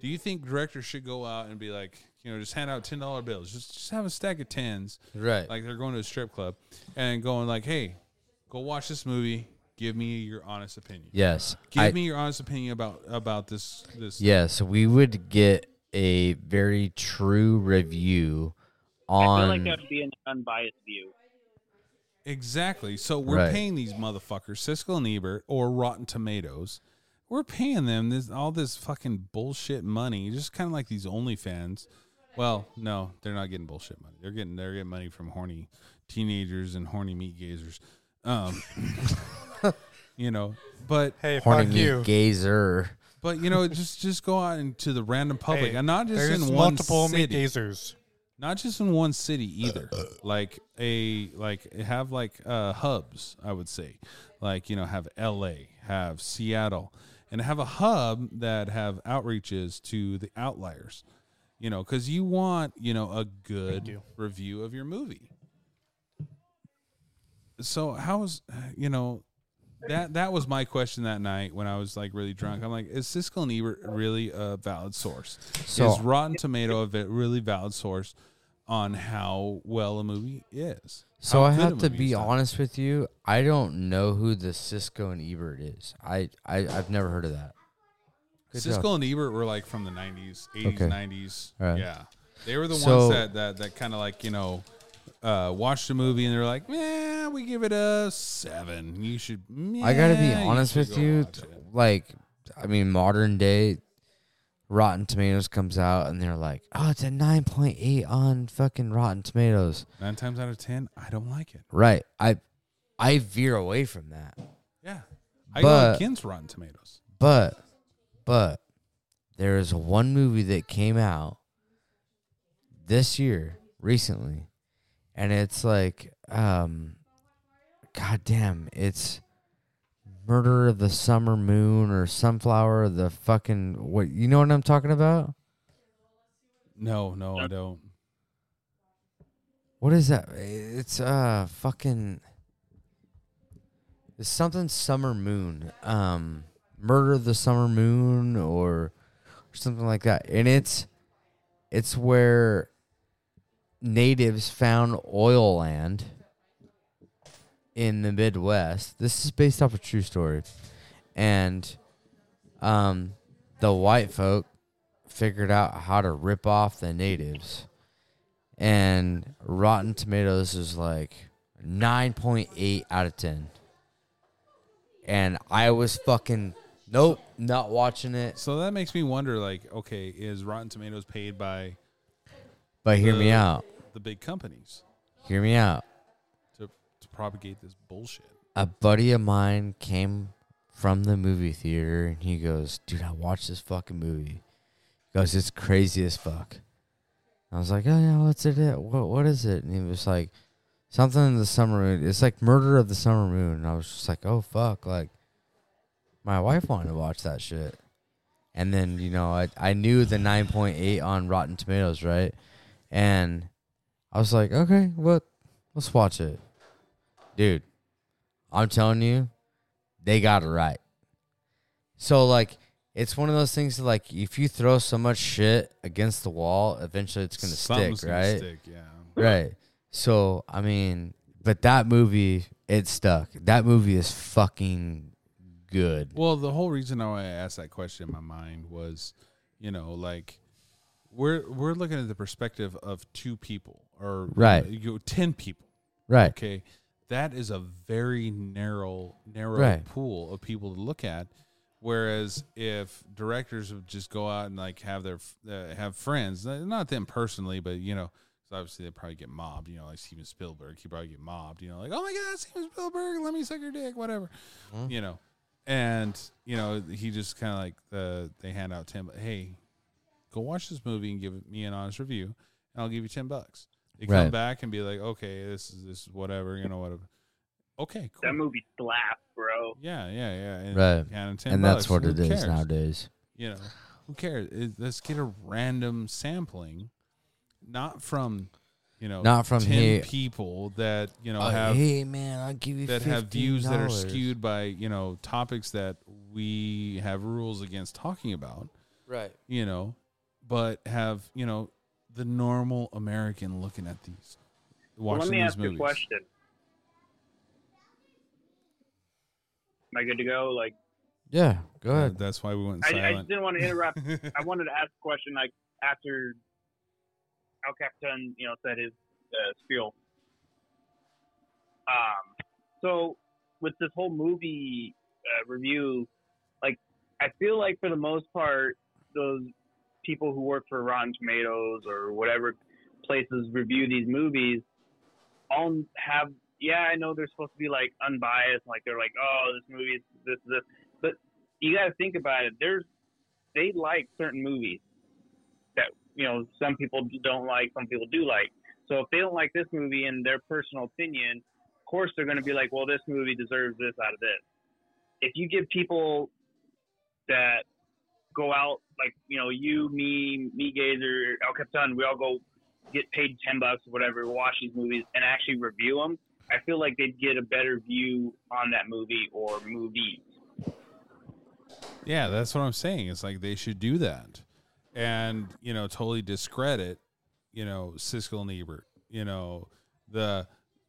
Speaker 1: Do you think directors should go out and be like, you know, just hand out ten dollar bills, just just have a stack of tens,
Speaker 2: Right.
Speaker 1: Like they're going to a strip club, and going like, hey, go watch this movie. Give me your honest opinion.
Speaker 2: Yes.
Speaker 1: Give
Speaker 2: I-
Speaker 1: me your honest opinion about about this this.
Speaker 2: Yes, we would get a very true review
Speaker 9: I
Speaker 1: [laughs]
Speaker 2: on
Speaker 9: feel like that would be an unbiased view.
Speaker 1: Exactly. So we're
Speaker 2: Right.
Speaker 1: paying these motherfuckers, Siskel and Ebert or Rotten Tomatoes. We're paying them this all this fucking bullshit money, just kind of like these OnlyFans. Well, no, they're not getting bullshit money. They're getting they're getting money from horny teenagers and horny meat gazers. Um, [laughs] you know, but
Speaker 3: Hey,
Speaker 2: horny
Speaker 3: fuck
Speaker 2: meat
Speaker 3: you.
Speaker 2: gazer.
Speaker 1: but you know, just just go out into the random public,
Speaker 3: Hey,
Speaker 1: and not just
Speaker 3: there's
Speaker 1: in one
Speaker 3: multiple meat
Speaker 1: city
Speaker 3: gazers.
Speaker 1: not just in one city either like a like have like uh hubs i would say like you know have la have seattle and have a hub that have outreaches to the outliers you know because you want you know a good review of your movie so how is you know that that was my question that night when I was like really drunk. I'm like, is Siskel and Ebert really a valid source?
Speaker 2: So-
Speaker 1: is Rotten Tomato a ve- really valid source on how well a movie is?
Speaker 2: So
Speaker 1: How
Speaker 2: I
Speaker 1: good a
Speaker 2: have to
Speaker 1: movie is
Speaker 2: be
Speaker 1: done?
Speaker 2: honest with you. I don't know who the Cisco and Ebert is. I, I I've never heard of that. Good
Speaker 1: Siskel
Speaker 2: job.
Speaker 1: and Ebert were like from the '90s, '80s,
Speaker 2: Okay.
Speaker 1: '90s.
Speaker 2: All right.
Speaker 1: Yeah, they were the
Speaker 2: So-
Speaker 1: ones that that that kind of like you know. Uh, watched a movie and they're like, "Yeah, we give it a seven. You should."
Speaker 2: I gotta be
Speaker 1: "Yeah, you
Speaker 2: honest
Speaker 1: should
Speaker 2: with
Speaker 1: go
Speaker 2: you.
Speaker 1: watch it."
Speaker 2: Like, I mean, modern day Rotten Tomatoes comes out and they're like, oh, it's a nine point eight on fucking Rotten Tomatoes.
Speaker 1: Nine times out of ten, I don't like it.
Speaker 2: Right. I I veer away from that.
Speaker 1: Yeah, I go
Speaker 2: But-
Speaker 1: on Ken's Rotten Tomatoes.
Speaker 2: But, but there is one movie that came out this year recently, and it's like um god damn it's murder of the summer moon or sunflower of the fucking what you know what i'm talking about
Speaker 1: No, no, I don't.
Speaker 2: what is that it's uh fucking it's something summer moon um murder of the summer moon or or something like that and it's it's where natives found oil land in the Midwest. This is based off a true story. And um the white folk figured out how to rip off the natives. And Rotten Tomatoes is like 9.8 out of 10. And I was fucking nope, not watching it.
Speaker 1: So that makes me wonder like, okay, is Rotten Tomatoes paid by
Speaker 2: But hear
Speaker 1: the-
Speaker 2: me out.
Speaker 1: the big companies
Speaker 2: Hear me out.
Speaker 1: to, to propagate this bullshit?
Speaker 2: a buddy of mine came from the movie theater and he goes, Dude, I watched this fucking movie. He goes, It's crazy as fuck. I was like, Oh yeah, what's it at? What what is it? And he was like, Something in the summer moon. It's like murder of the summer moon. And I was just like, Oh fuck, like my wife wanted to watch that shit. And then, you know, I, I knew the nine point eight on Rotten Tomatoes, right? And I was like, Okay, what let's watch it. Dude, I'm telling you, they got it right. So like it's one of those things that like if you throw so much shit against the wall, eventually it's gonna
Speaker 1: Something's
Speaker 2: stick,
Speaker 1: gonna
Speaker 2: right?
Speaker 1: stick, yeah.
Speaker 2: Right. So I mean, but that movie it stuck. That movie is fucking good.
Speaker 1: Well, the whole reason why I asked that question in my mind was, you know, like we're we're looking at the perspective of two people or
Speaker 2: Right.
Speaker 1: you know, ten people.
Speaker 2: Right.
Speaker 1: Okay, that is a very narrow narrow
Speaker 2: Right.
Speaker 1: pool of people to look at. Whereas if directors would just go out and like have their f- uh, have friends, uh, not them personally, but you know, 'cause obviously they probably get mobbed. You know, like Steven Spielberg, he probably get mobbed. You know, like oh my god, Steven Spielberg, let me suck your dick, whatever.
Speaker 2: Mm-hmm.
Speaker 1: You know, and you know he just kind of like uh, they hand out ten. bu- Hey, go watch this movie and give me an honest review, and I'll give you ten bucks. They come
Speaker 2: Right.
Speaker 1: back and be like, okay, this is this is whatever, you know, whatever. Okay, cool.
Speaker 9: That movie slaps, bro.
Speaker 1: yeah, yeah, yeah. And
Speaker 2: Right.
Speaker 1: hand 'em 10
Speaker 2: And that's
Speaker 1: bucks.
Speaker 2: what
Speaker 1: Who
Speaker 2: it is
Speaker 1: cares?
Speaker 2: nowadays.
Speaker 1: You know, who cares? It- let's get a random sampling, not from, you know,
Speaker 2: Not from
Speaker 1: 10
Speaker 2: here.
Speaker 1: people that, you know,
Speaker 2: Oh,
Speaker 1: have
Speaker 2: hey man, I'll give you
Speaker 1: that have views that are
Speaker 2: $15.
Speaker 1: skewed by, you know, topics that we have rules against talking about
Speaker 2: Right.
Speaker 1: you know, but have you know the normal American looking at these
Speaker 9: Well,
Speaker 1: watching
Speaker 9: let me
Speaker 1: these
Speaker 9: ask
Speaker 1: movies.
Speaker 9: you a question. Am I good to go? Like,
Speaker 2: Yeah. Go
Speaker 1: Uh,
Speaker 2: ahead.
Speaker 1: that's why we went
Speaker 9: I, I just
Speaker 1: silent.
Speaker 9: didn't want to interrupt.
Speaker 1: [laughs]
Speaker 9: I wanted to ask a question, like after Al Capitan, you know, said his uh, spiel. Um, so with this whole movie uh, review, like I feel like for the most part, those people who work for Rotten Tomatoes or whatever places review these movies all have. Yeah, I know they're supposed to be like unbiased, like they're like, oh, this movie is this this, but you got to think about it. There's they like certain movies that you know some people don't like, some people do like. So if they don't like this movie in their personal opinion, of course they're going to be like, well, this movie deserves this out of this. If you give people that go out like you know you, me, me Gazer, El Capitan, we all go get paid ten bucks or whatever, watch these movies and actually review them. I feel like they'd get a better view on that movie or movies.
Speaker 1: yeah, that's what I'm saying. It's like they should do that, and you know, totally discredit you know Siskel and Ebert, you know the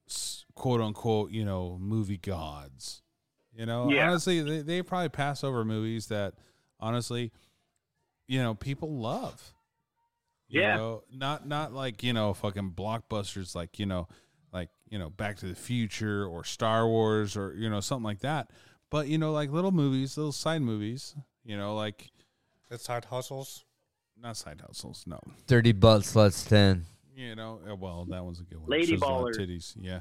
Speaker 1: s- quote unquote you know movie gods. You know,
Speaker 9: Yeah.
Speaker 1: honestly, they, they probably pass over movies that honestly, you know, people love. You
Speaker 9: Yeah.
Speaker 1: know, not not like, you know, fucking blockbusters like, you know, like, you know, Back to the Future or Star Wars or, you know, something like that. But, you know, like little movies, little side movies, you know, like
Speaker 3: It's side hustles.
Speaker 1: not side hustles, no.
Speaker 2: Thirty butts, let's ten.
Speaker 1: You know, uh, well, that one's a good one.
Speaker 9: Lady
Speaker 1: Shows a lot of
Speaker 9: Ballers.
Speaker 1: titties, yeah.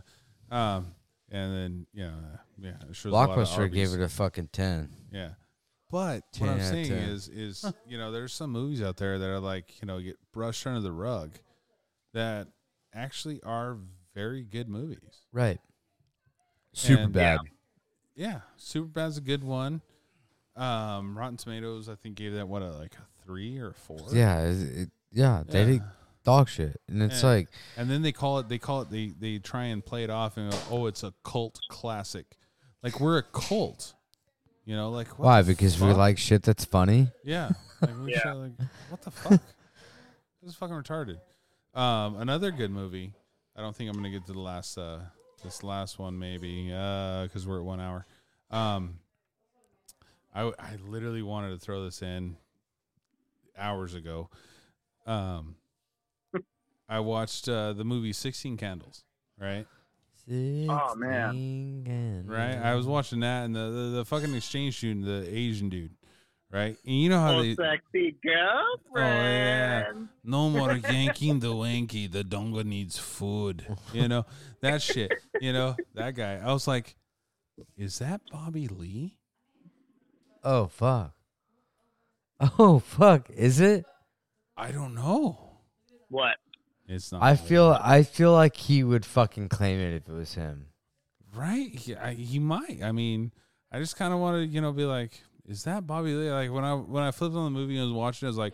Speaker 1: Um, and then yeah, yeah. it shows a lot of
Speaker 2: Blockbuster gave
Speaker 1: Arby's.
Speaker 2: it a fucking ten.
Speaker 1: Yeah. But what I'm
Speaker 2: Yeah,
Speaker 1: saying
Speaker 2: to-
Speaker 1: is, is you know, there's some movies out there that are like you know get brushed under the rug, that actually are very good movies.
Speaker 2: Right. Super
Speaker 1: And-
Speaker 2: bad.
Speaker 1: Yeah, Superbad's a good one. Um, Rotten Tomatoes, I think, gave that what a like a three or a four.
Speaker 2: Yeah. it's- It, yeah. They
Speaker 1: Yeah.
Speaker 2: did dog shit. And it's
Speaker 1: Yeah.
Speaker 2: like,
Speaker 1: And then they call it, they call it, they they try and play it off and go, oh, it's a cult classic. Like we're a cult, you know? Like what
Speaker 2: why?
Speaker 1: the
Speaker 2: Because we
Speaker 1: fuck?
Speaker 2: like shit that's funny?
Speaker 9: [laughs]
Speaker 1: yeah. Like, we
Speaker 9: Yeah.
Speaker 1: should, like, what the fuck? this is fucking retarded. Um, another good movie. I don't think I'm gonna get to the last uh this last one maybe because we're at one hour. Um, I w- I literally wanted to throw this in hours ago. Um, I watched uh, the movie Sixteen Candles. Right.
Speaker 9: Oh, man.
Speaker 1: Right. I
Speaker 9: Mm.
Speaker 1: was watching that and the, the, the fucking exchange student, the Asian dude. Right. And you know how
Speaker 9: Oh,
Speaker 1: they
Speaker 9: sexy girlfriend.
Speaker 1: No more yanking the wanky. The donga needs food. You know, that shit. You know, that guy. I was like, is that Bobby Lee?
Speaker 2: Oh, fuck. Oh, fuck. Is it?
Speaker 1: I don't know.
Speaker 9: What?
Speaker 1: It's not.
Speaker 2: I feel I feel like he would fucking claim it if it was him.
Speaker 1: right. He, I, he might. I mean, I just kind of want to, you know, be like, is that Bobby Lee? Like when I when I flipped on the movie and was watching, it, I was like,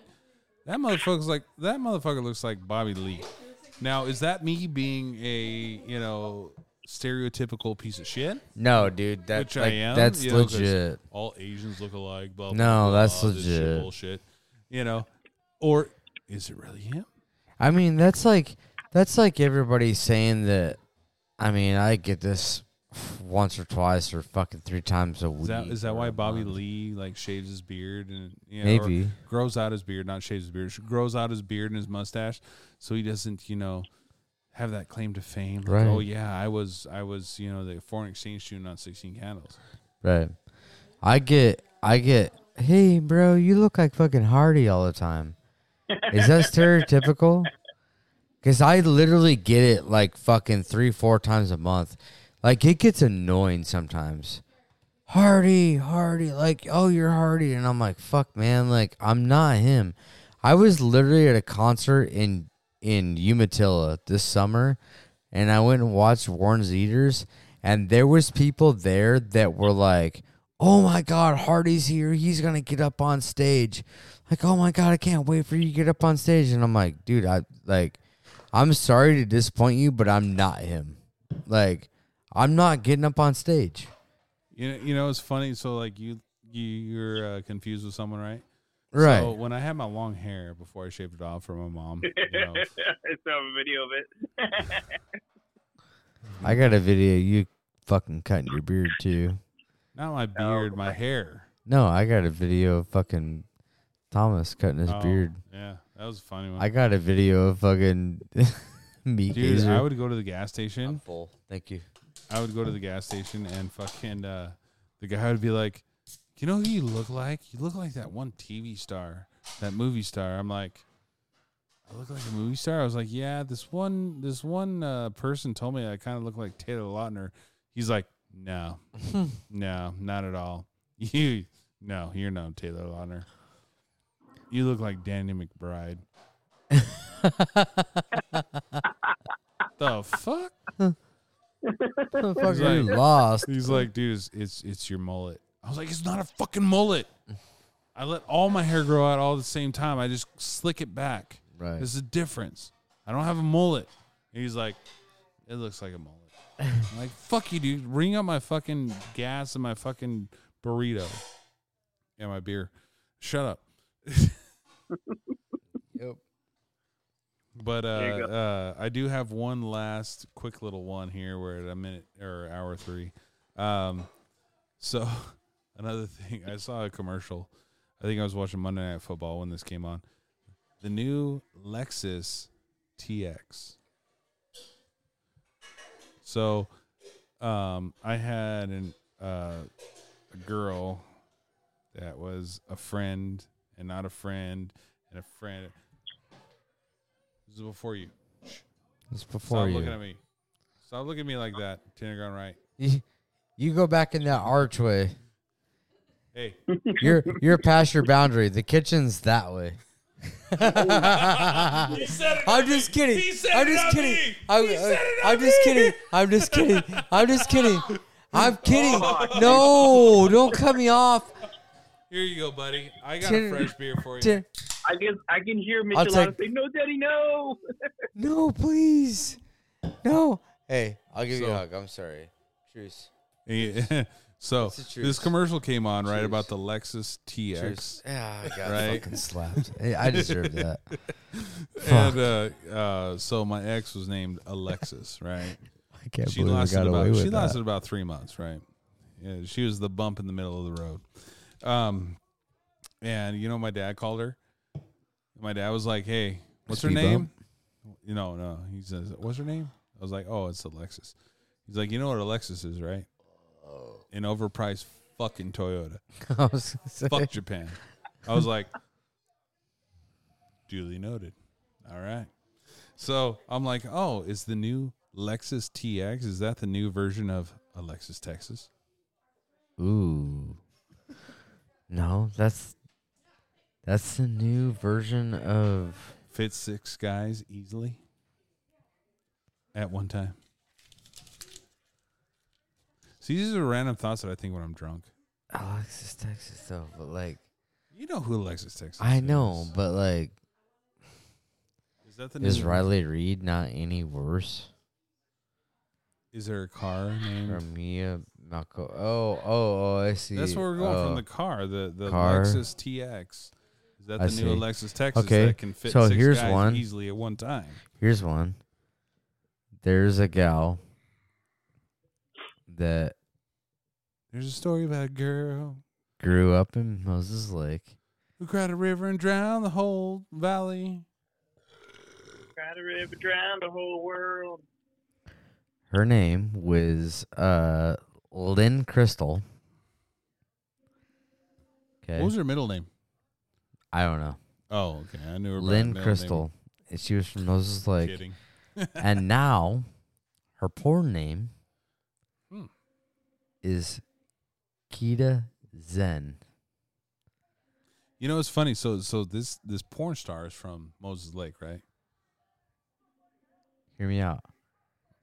Speaker 1: that motherfucker's like that motherfucker looks like Bobby Lee. Now, is that me being a you know stereotypical piece of shit?
Speaker 2: No, dude, that,
Speaker 1: Which
Speaker 2: like,
Speaker 1: I am.
Speaker 2: that's
Speaker 1: you know, 'cause
Speaker 2: legit.
Speaker 1: All Asians look alike. Blah, blah,
Speaker 2: No,
Speaker 1: blah,
Speaker 2: that's
Speaker 1: blah, this shit
Speaker 2: legit.
Speaker 1: bullshit. You know, or is it really him?
Speaker 2: I mean, that's like that's like everybody saying that. I mean, I get this once or twice or fucking three times a week.
Speaker 1: Is that is that
Speaker 2: or
Speaker 1: why
Speaker 2: a
Speaker 1: Bobby
Speaker 2: month.
Speaker 1: Lee like shaves his beard and you know, or
Speaker 2: Maybe.
Speaker 1: grows out his beard, not shaves his beard, sh- grows out his beard and his mustache, so he doesn't you know have that claim to fame. Like,
Speaker 2: Right.
Speaker 1: Oh yeah, I was I was you know the foreign exchange student on Sixteen Candles.
Speaker 2: Right. I get I get. Hey, bro, you look like fucking Hardy all the time. Is that stereotypical? Because I literally get it like fucking three, four times a month. Like it gets annoying sometimes. Hardy, Hardy, like, oh, you're Hardy. And I'm like, fuck, man, like, I'm not him. I was literally at a concert in in Umatilla this summer, and I went and watched Warren's Eaters, and there was people there that were like, oh my God, Hardy's here. He's going to get up on stage. Like, oh my God, I can't wait for you to get up on stage. And I'm like, dude, I, like, I'm sorry to disappoint you, but I'm not him. Like, I'm not getting up on stage.
Speaker 1: You know, you know it's funny. So like you you you're uh, confused with someone, right?
Speaker 2: Right.
Speaker 1: So when I had my long hair before I shaved it off for my mom, you know,
Speaker 9: I saw a video of it.
Speaker 2: I got a video of you fucking cutting your beard too.
Speaker 1: Not my beard, my hair.
Speaker 2: No, I got a video of fucking Thomas cutting his
Speaker 1: Oh,
Speaker 2: beard.
Speaker 1: Yeah, that was a funny one.
Speaker 2: I got a video of fucking [laughs] me.
Speaker 1: Dude,
Speaker 2: Gazer.
Speaker 1: I would go to the gas station.
Speaker 2: full. Thank you.
Speaker 1: I would go to the gas station and fucking uh, the guy would be like, "You know who you look like? You look like that one TV star, that movie star." I'm like, "I look like a movie star." I was like, "Yeah, this one, this one uh, person told me I kind of look like Taylor Lautner." He's like, "No, no, not at all. [laughs] You, no, you're no Taylor Lautner. You look like Danny McBride." the fuck?
Speaker 2: Fuck,
Speaker 1: like-
Speaker 2: you
Speaker 1: [laughs]
Speaker 2: lost.
Speaker 1: He's like, dude, it's, it's it's your mullet. I was like, it's not a fucking mullet. I let all my hair grow out all at the same time. I just slick it back.
Speaker 2: Right.
Speaker 1: There's a difference. I don't have a mullet. And he's like, it looks like a mullet. I'm like, [laughs] fuck you, dude. Ring up my fucking gas and my fucking burrito and my beer. Shut up.
Speaker 2: Yep.
Speaker 1: But uh,
Speaker 9: There you go.
Speaker 1: uh, I do have one last quick little one here. We're at a minute or hour three. Um, so [laughs] another thing, I saw a commercial. I think I was watching Monday Night Football when this came on. The new Lexus TX. So um, I had an, uh, a girl that was a friend and not a friend and a friend. This is before you.
Speaker 2: It's
Speaker 1: Stop
Speaker 2: before
Speaker 1: looking at
Speaker 2: you.
Speaker 1: me. Stop looking at me like that. Kindergarten right.
Speaker 2: you. You go back in that archway.
Speaker 1: Hey, [laughs]
Speaker 2: You're you're past your boundary. The kitchen's that way. [laughs] I'm just kidding.
Speaker 1: He said
Speaker 2: I'm
Speaker 1: it
Speaker 2: just
Speaker 1: on
Speaker 2: kidding.
Speaker 1: me.
Speaker 2: I'm, uh,
Speaker 1: He said it on
Speaker 2: I'm just
Speaker 1: me.
Speaker 2: kidding. I'm just kidding. I'm
Speaker 1: [laughs]
Speaker 2: just kidding. I'm kidding.
Speaker 1: Oh,
Speaker 2: No, don't cut me off.
Speaker 1: Here you go, buddy. I got
Speaker 2: Tin-
Speaker 1: a fresh beer for you.
Speaker 2: Dear-
Speaker 9: I guess I can hear
Speaker 2: I'll
Speaker 9: Michelada
Speaker 2: take-
Speaker 9: say, "No, Daddy, no." [laughs]
Speaker 2: No, please. No. Hey, I'll give you
Speaker 1: So-
Speaker 2: a hug. I'm sorry. Truce.
Speaker 1: [laughs] Yeah. so
Speaker 2: That's the truth.
Speaker 1: this commercial came on right
Speaker 2: Truth.
Speaker 1: about the Lexus TX,
Speaker 2: Truce. Yeah, I got
Speaker 1: Right?
Speaker 2: fucking slapped. Hey, I deserved that. Fuck.
Speaker 1: and uh, uh, so my ex was named Alexis, right? [laughs]
Speaker 2: I can't
Speaker 1: she
Speaker 2: believe I
Speaker 1: lasted
Speaker 2: got
Speaker 1: about
Speaker 2: away with
Speaker 1: she
Speaker 2: that.
Speaker 1: lasted about three months, right? Yeah, she was the bump in the middle of the road. Um, and you know, my dad called her. My dad was like, "Hey, what's her
Speaker 2: Speed
Speaker 1: name?" You know, no. He says, "What's her name?" I was like, "Oh, it's Alexis." He's like, "You know what Alexis is, right? An overpriced fucking Toyota.
Speaker 2: [laughs] I was gonna say, [laughs]
Speaker 1: Fuck Japan." I was like, "Duly noted." All right. So I'm like, oh, is the new Lexus TX is that the new version of a Lexus Texas?
Speaker 2: Ooh. No, that's that's the new version of
Speaker 1: Fits six guys easily at one time. See, these are random thoughts that I think when I'm drunk.
Speaker 2: Alexis Texas though, but like
Speaker 1: You know who Lexus Texas? Mm.
Speaker 2: I
Speaker 1: is.
Speaker 2: know, but like
Speaker 1: Is that the
Speaker 2: is
Speaker 1: new-
Speaker 2: Riley Reed not any worse?
Speaker 1: Is there a car
Speaker 2: Or
Speaker 1: named?
Speaker 2: Mia Malco Oh, oh, oh, I see.
Speaker 1: That's where we're going
Speaker 2: Oh.
Speaker 1: from the car. The the
Speaker 2: Car.
Speaker 1: Lexus TX. Is that the
Speaker 2: I
Speaker 1: new
Speaker 2: see.
Speaker 1: Lexus Texas
Speaker 2: Okay,
Speaker 1: that can fit
Speaker 2: so
Speaker 1: six
Speaker 2: here's
Speaker 1: guys
Speaker 2: one.
Speaker 1: easily at one time?
Speaker 2: Here's one. There's a gal that
Speaker 1: There's a story about a girl
Speaker 2: grew up in Moses Lake.
Speaker 1: who cried a river and drowned the whole valley.
Speaker 9: Try to river drown the whole world.
Speaker 2: Her name was uh Lynn Crystal. Okay.
Speaker 1: What was her middle name?
Speaker 2: I don't know.
Speaker 1: Oh, okay. I knew her. by her
Speaker 2: Lynn
Speaker 1: middle name.
Speaker 2: Crystal. And she was from Moses Lake.
Speaker 1: Kidding.
Speaker 2: And now her porn name
Speaker 1: Hmm.
Speaker 2: is Kita Zen.
Speaker 1: You know, it's funny. So, so this this porn star is from Moses Lake, right?
Speaker 2: Hear me out.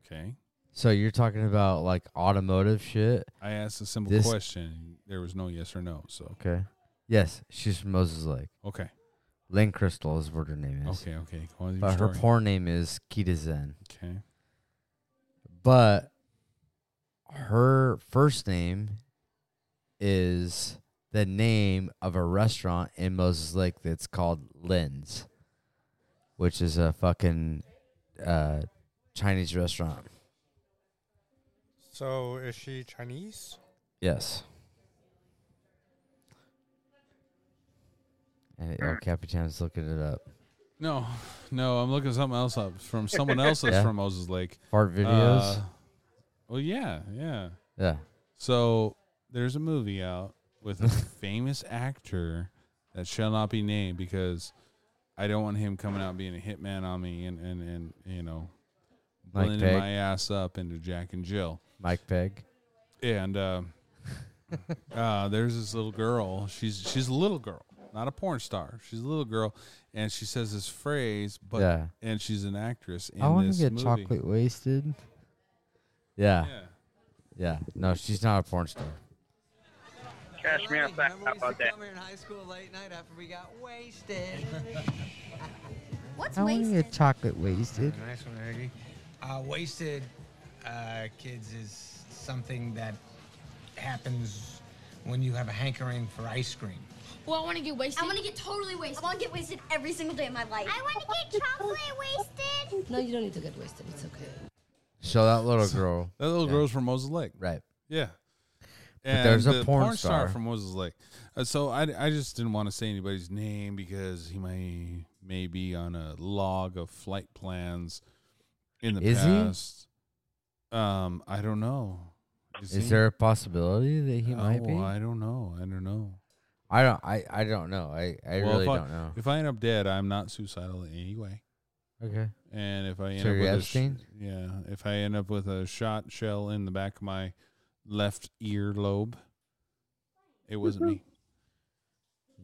Speaker 1: Okay.
Speaker 2: So you're talking about like automotive shit?
Speaker 1: I asked a simple
Speaker 2: This-
Speaker 1: question. There was no yes or no. So,
Speaker 2: Okay. Yes, she's from Moses Lake.
Speaker 1: okay,
Speaker 2: Lynn Crystal is what her name is.
Speaker 1: okay, okay. Go on with your
Speaker 2: But her
Speaker 1: story.
Speaker 2: porn name is Kita Zen.
Speaker 1: Okay.
Speaker 2: but her first name is the name of a restaurant in Moses Lake that's called Lynn's, which is a fucking uh, Chinese restaurant.
Speaker 3: So is she Chinese?
Speaker 2: Yes. And El Capitan's looking it up.
Speaker 1: No, no. I'm looking something else up from
Speaker 2: [laughs]
Speaker 1: someone else that's
Speaker 2: Yeah.
Speaker 1: from Moses Lake.
Speaker 2: Fart videos.
Speaker 1: Uh, well, yeah, yeah.
Speaker 2: yeah.
Speaker 1: So there's a movie out with
Speaker 2: [laughs]
Speaker 1: a famous actor that shall not be named because I don't want him coming out being a hitman on me and and and you know
Speaker 2: Mike
Speaker 1: blending
Speaker 2: Pegg.
Speaker 1: my ass up into Jack and Jill.
Speaker 2: Mike Pegg.
Speaker 1: And uh, [laughs] uh, there's this little girl. She's she's a little girl, not a porn star. She's a little girl, and she says this phrase, but
Speaker 2: Yeah.
Speaker 1: and she's an actress in
Speaker 2: I want
Speaker 1: this
Speaker 2: to get
Speaker 1: movie.
Speaker 2: chocolate wasted. yeah.
Speaker 1: Yeah.
Speaker 2: Yeah. No, she's not a porn star.
Speaker 9: Cash me outside. How about that?
Speaker 7: in high school late night after we got wasted.
Speaker 10: What's
Speaker 2: I want to get chocolate wasted.
Speaker 7: Nice one, Aggie. Uh, wasted, uh, kids, is something that happens when you have a hankering for ice cream.
Speaker 8: Well, I want to get wasted.
Speaker 10: I want to get totally wasted. I want to get wasted every single day of my life. I want to
Speaker 8: get
Speaker 10: chocolate wasted.
Speaker 8: No, you don't need to get wasted. It's okay.
Speaker 2: So that little girl,
Speaker 1: That little
Speaker 2: Yeah.
Speaker 1: girl's from Moses Lake.
Speaker 2: right?
Speaker 1: Yeah.
Speaker 2: there's a
Speaker 1: the
Speaker 2: porn star.
Speaker 1: from Moses Lake. Uh, so I, I just didn't want to say anybody's name because he may may be on a log of flight plans in the
Speaker 2: Is he?
Speaker 1: past. Um, I don't know.
Speaker 2: Is
Speaker 1: he?
Speaker 2: there a possibility that he
Speaker 1: oh,
Speaker 2: might be?
Speaker 1: I don't know. I don't know.
Speaker 2: I don't. I, I don't know. I, I
Speaker 1: Well,
Speaker 2: really
Speaker 1: if I-
Speaker 2: don't know.
Speaker 1: If I end up dead, I'm not suicidal in any way.
Speaker 2: Okay.
Speaker 1: And if I end
Speaker 2: So
Speaker 1: up
Speaker 2: you're
Speaker 1: with A
Speaker 2: Epstein?
Speaker 1: sh- yeah, if I end up with a shot shell in the back of my
Speaker 2: [laughs]
Speaker 1: left ear lobe, it wasn't me.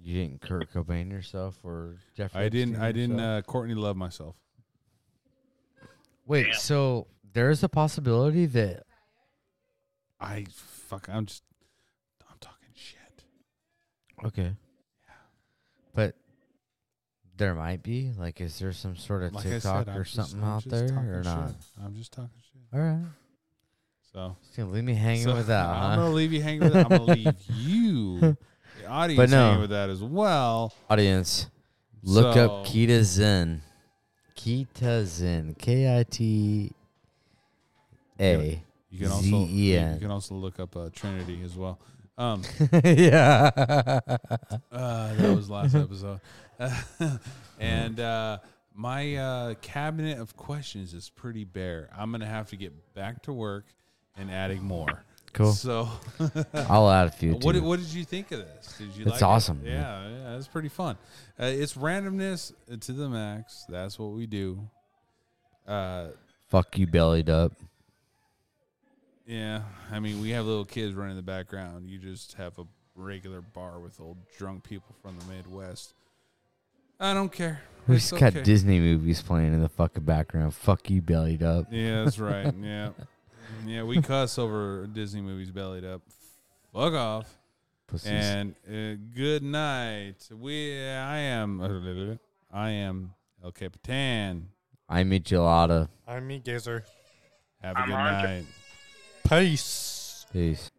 Speaker 2: You didn't Kurt Cobain yourself or Jeffrey?
Speaker 1: I didn't.
Speaker 2: Epstein
Speaker 1: I didn't.
Speaker 2: yourself?
Speaker 1: Uh, Courtney love myself. uh,
Speaker 2: Wait, so there's a possibility that
Speaker 1: I fuck. I'm just. I'm talking shit.
Speaker 2: okay, but there might be like, is there some sort of
Speaker 1: Like I
Speaker 2: TikTok
Speaker 1: said, I'm
Speaker 2: or
Speaker 1: just-
Speaker 2: something
Speaker 1: I'm
Speaker 2: out
Speaker 1: just
Speaker 2: there
Speaker 1: talking
Speaker 2: or not?
Speaker 1: Shit. I'm just talking shit.
Speaker 2: All right,
Speaker 1: So
Speaker 2: just gonna leave me [laughs] hanging
Speaker 1: So,
Speaker 2: with
Speaker 1: [laughs]
Speaker 2: that.
Speaker 1: I'm
Speaker 2: huh?
Speaker 1: gonna leave you hanging with that. I'm gonna
Speaker 2: [laughs]
Speaker 1: leave you, the audience,
Speaker 2: no.
Speaker 1: hanging with that as well.
Speaker 2: Audience, look up
Speaker 1: So-
Speaker 2: Kita Zen. Kita Zen. K I T A
Speaker 1: You can also
Speaker 2: Z E
Speaker 1: you
Speaker 2: N.
Speaker 1: can also look up uh, Trinity as well. Um,
Speaker 2: [laughs] Yeah.
Speaker 1: uh, that was
Speaker 2: [laughs]
Speaker 1: last episode, [laughs] and uh, my uh, cabinet of questions is pretty bare. I'm gonna have to get back to work and adding more.
Speaker 2: Cool.
Speaker 1: So,
Speaker 2: I'll add a
Speaker 1: [laughs]
Speaker 2: few.
Speaker 1: what
Speaker 2: too.
Speaker 1: did, what did you think of this? Did you?
Speaker 2: It's
Speaker 1: like
Speaker 2: awesome,
Speaker 1: It?
Speaker 2: man.
Speaker 1: Yeah, yeah, it's pretty fun. Uh, it's randomness to the max. That's what we do. Uh,
Speaker 2: Fuck you,
Speaker 1: [laughs]
Speaker 2: bellied up.
Speaker 1: Yeah, I mean, we have little kids running in the background. You just have a regular bar with old drunk people from the Midwest. I don't care.
Speaker 2: We
Speaker 1: It's
Speaker 2: just got
Speaker 1: okay.
Speaker 2: Disney movies playing in the fucking background. Fuck you, bellied up.
Speaker 1: Yeah, that's
Speaker 2: [laughs]
Speaker 1: right. Yeah, yeah, we cuss over Disney movies bellied up. Fuck
Speaker 2: [laughs]
Speaker 1: off.
Speaker 2: Pussies.
Speaker 1: And uh, good night. We, I am, [laughs] I am El Capitan.
Speaker 2: I'm a gelada.
Speaker 3: I'm me, Gazer.
Speaker 1: Have a
Speaker 9: I'm
Speaker 1: good
Speaker 9: Andre.
Speaker 1: night.
Speaker 3: Peace.
Speaker 2: Peace.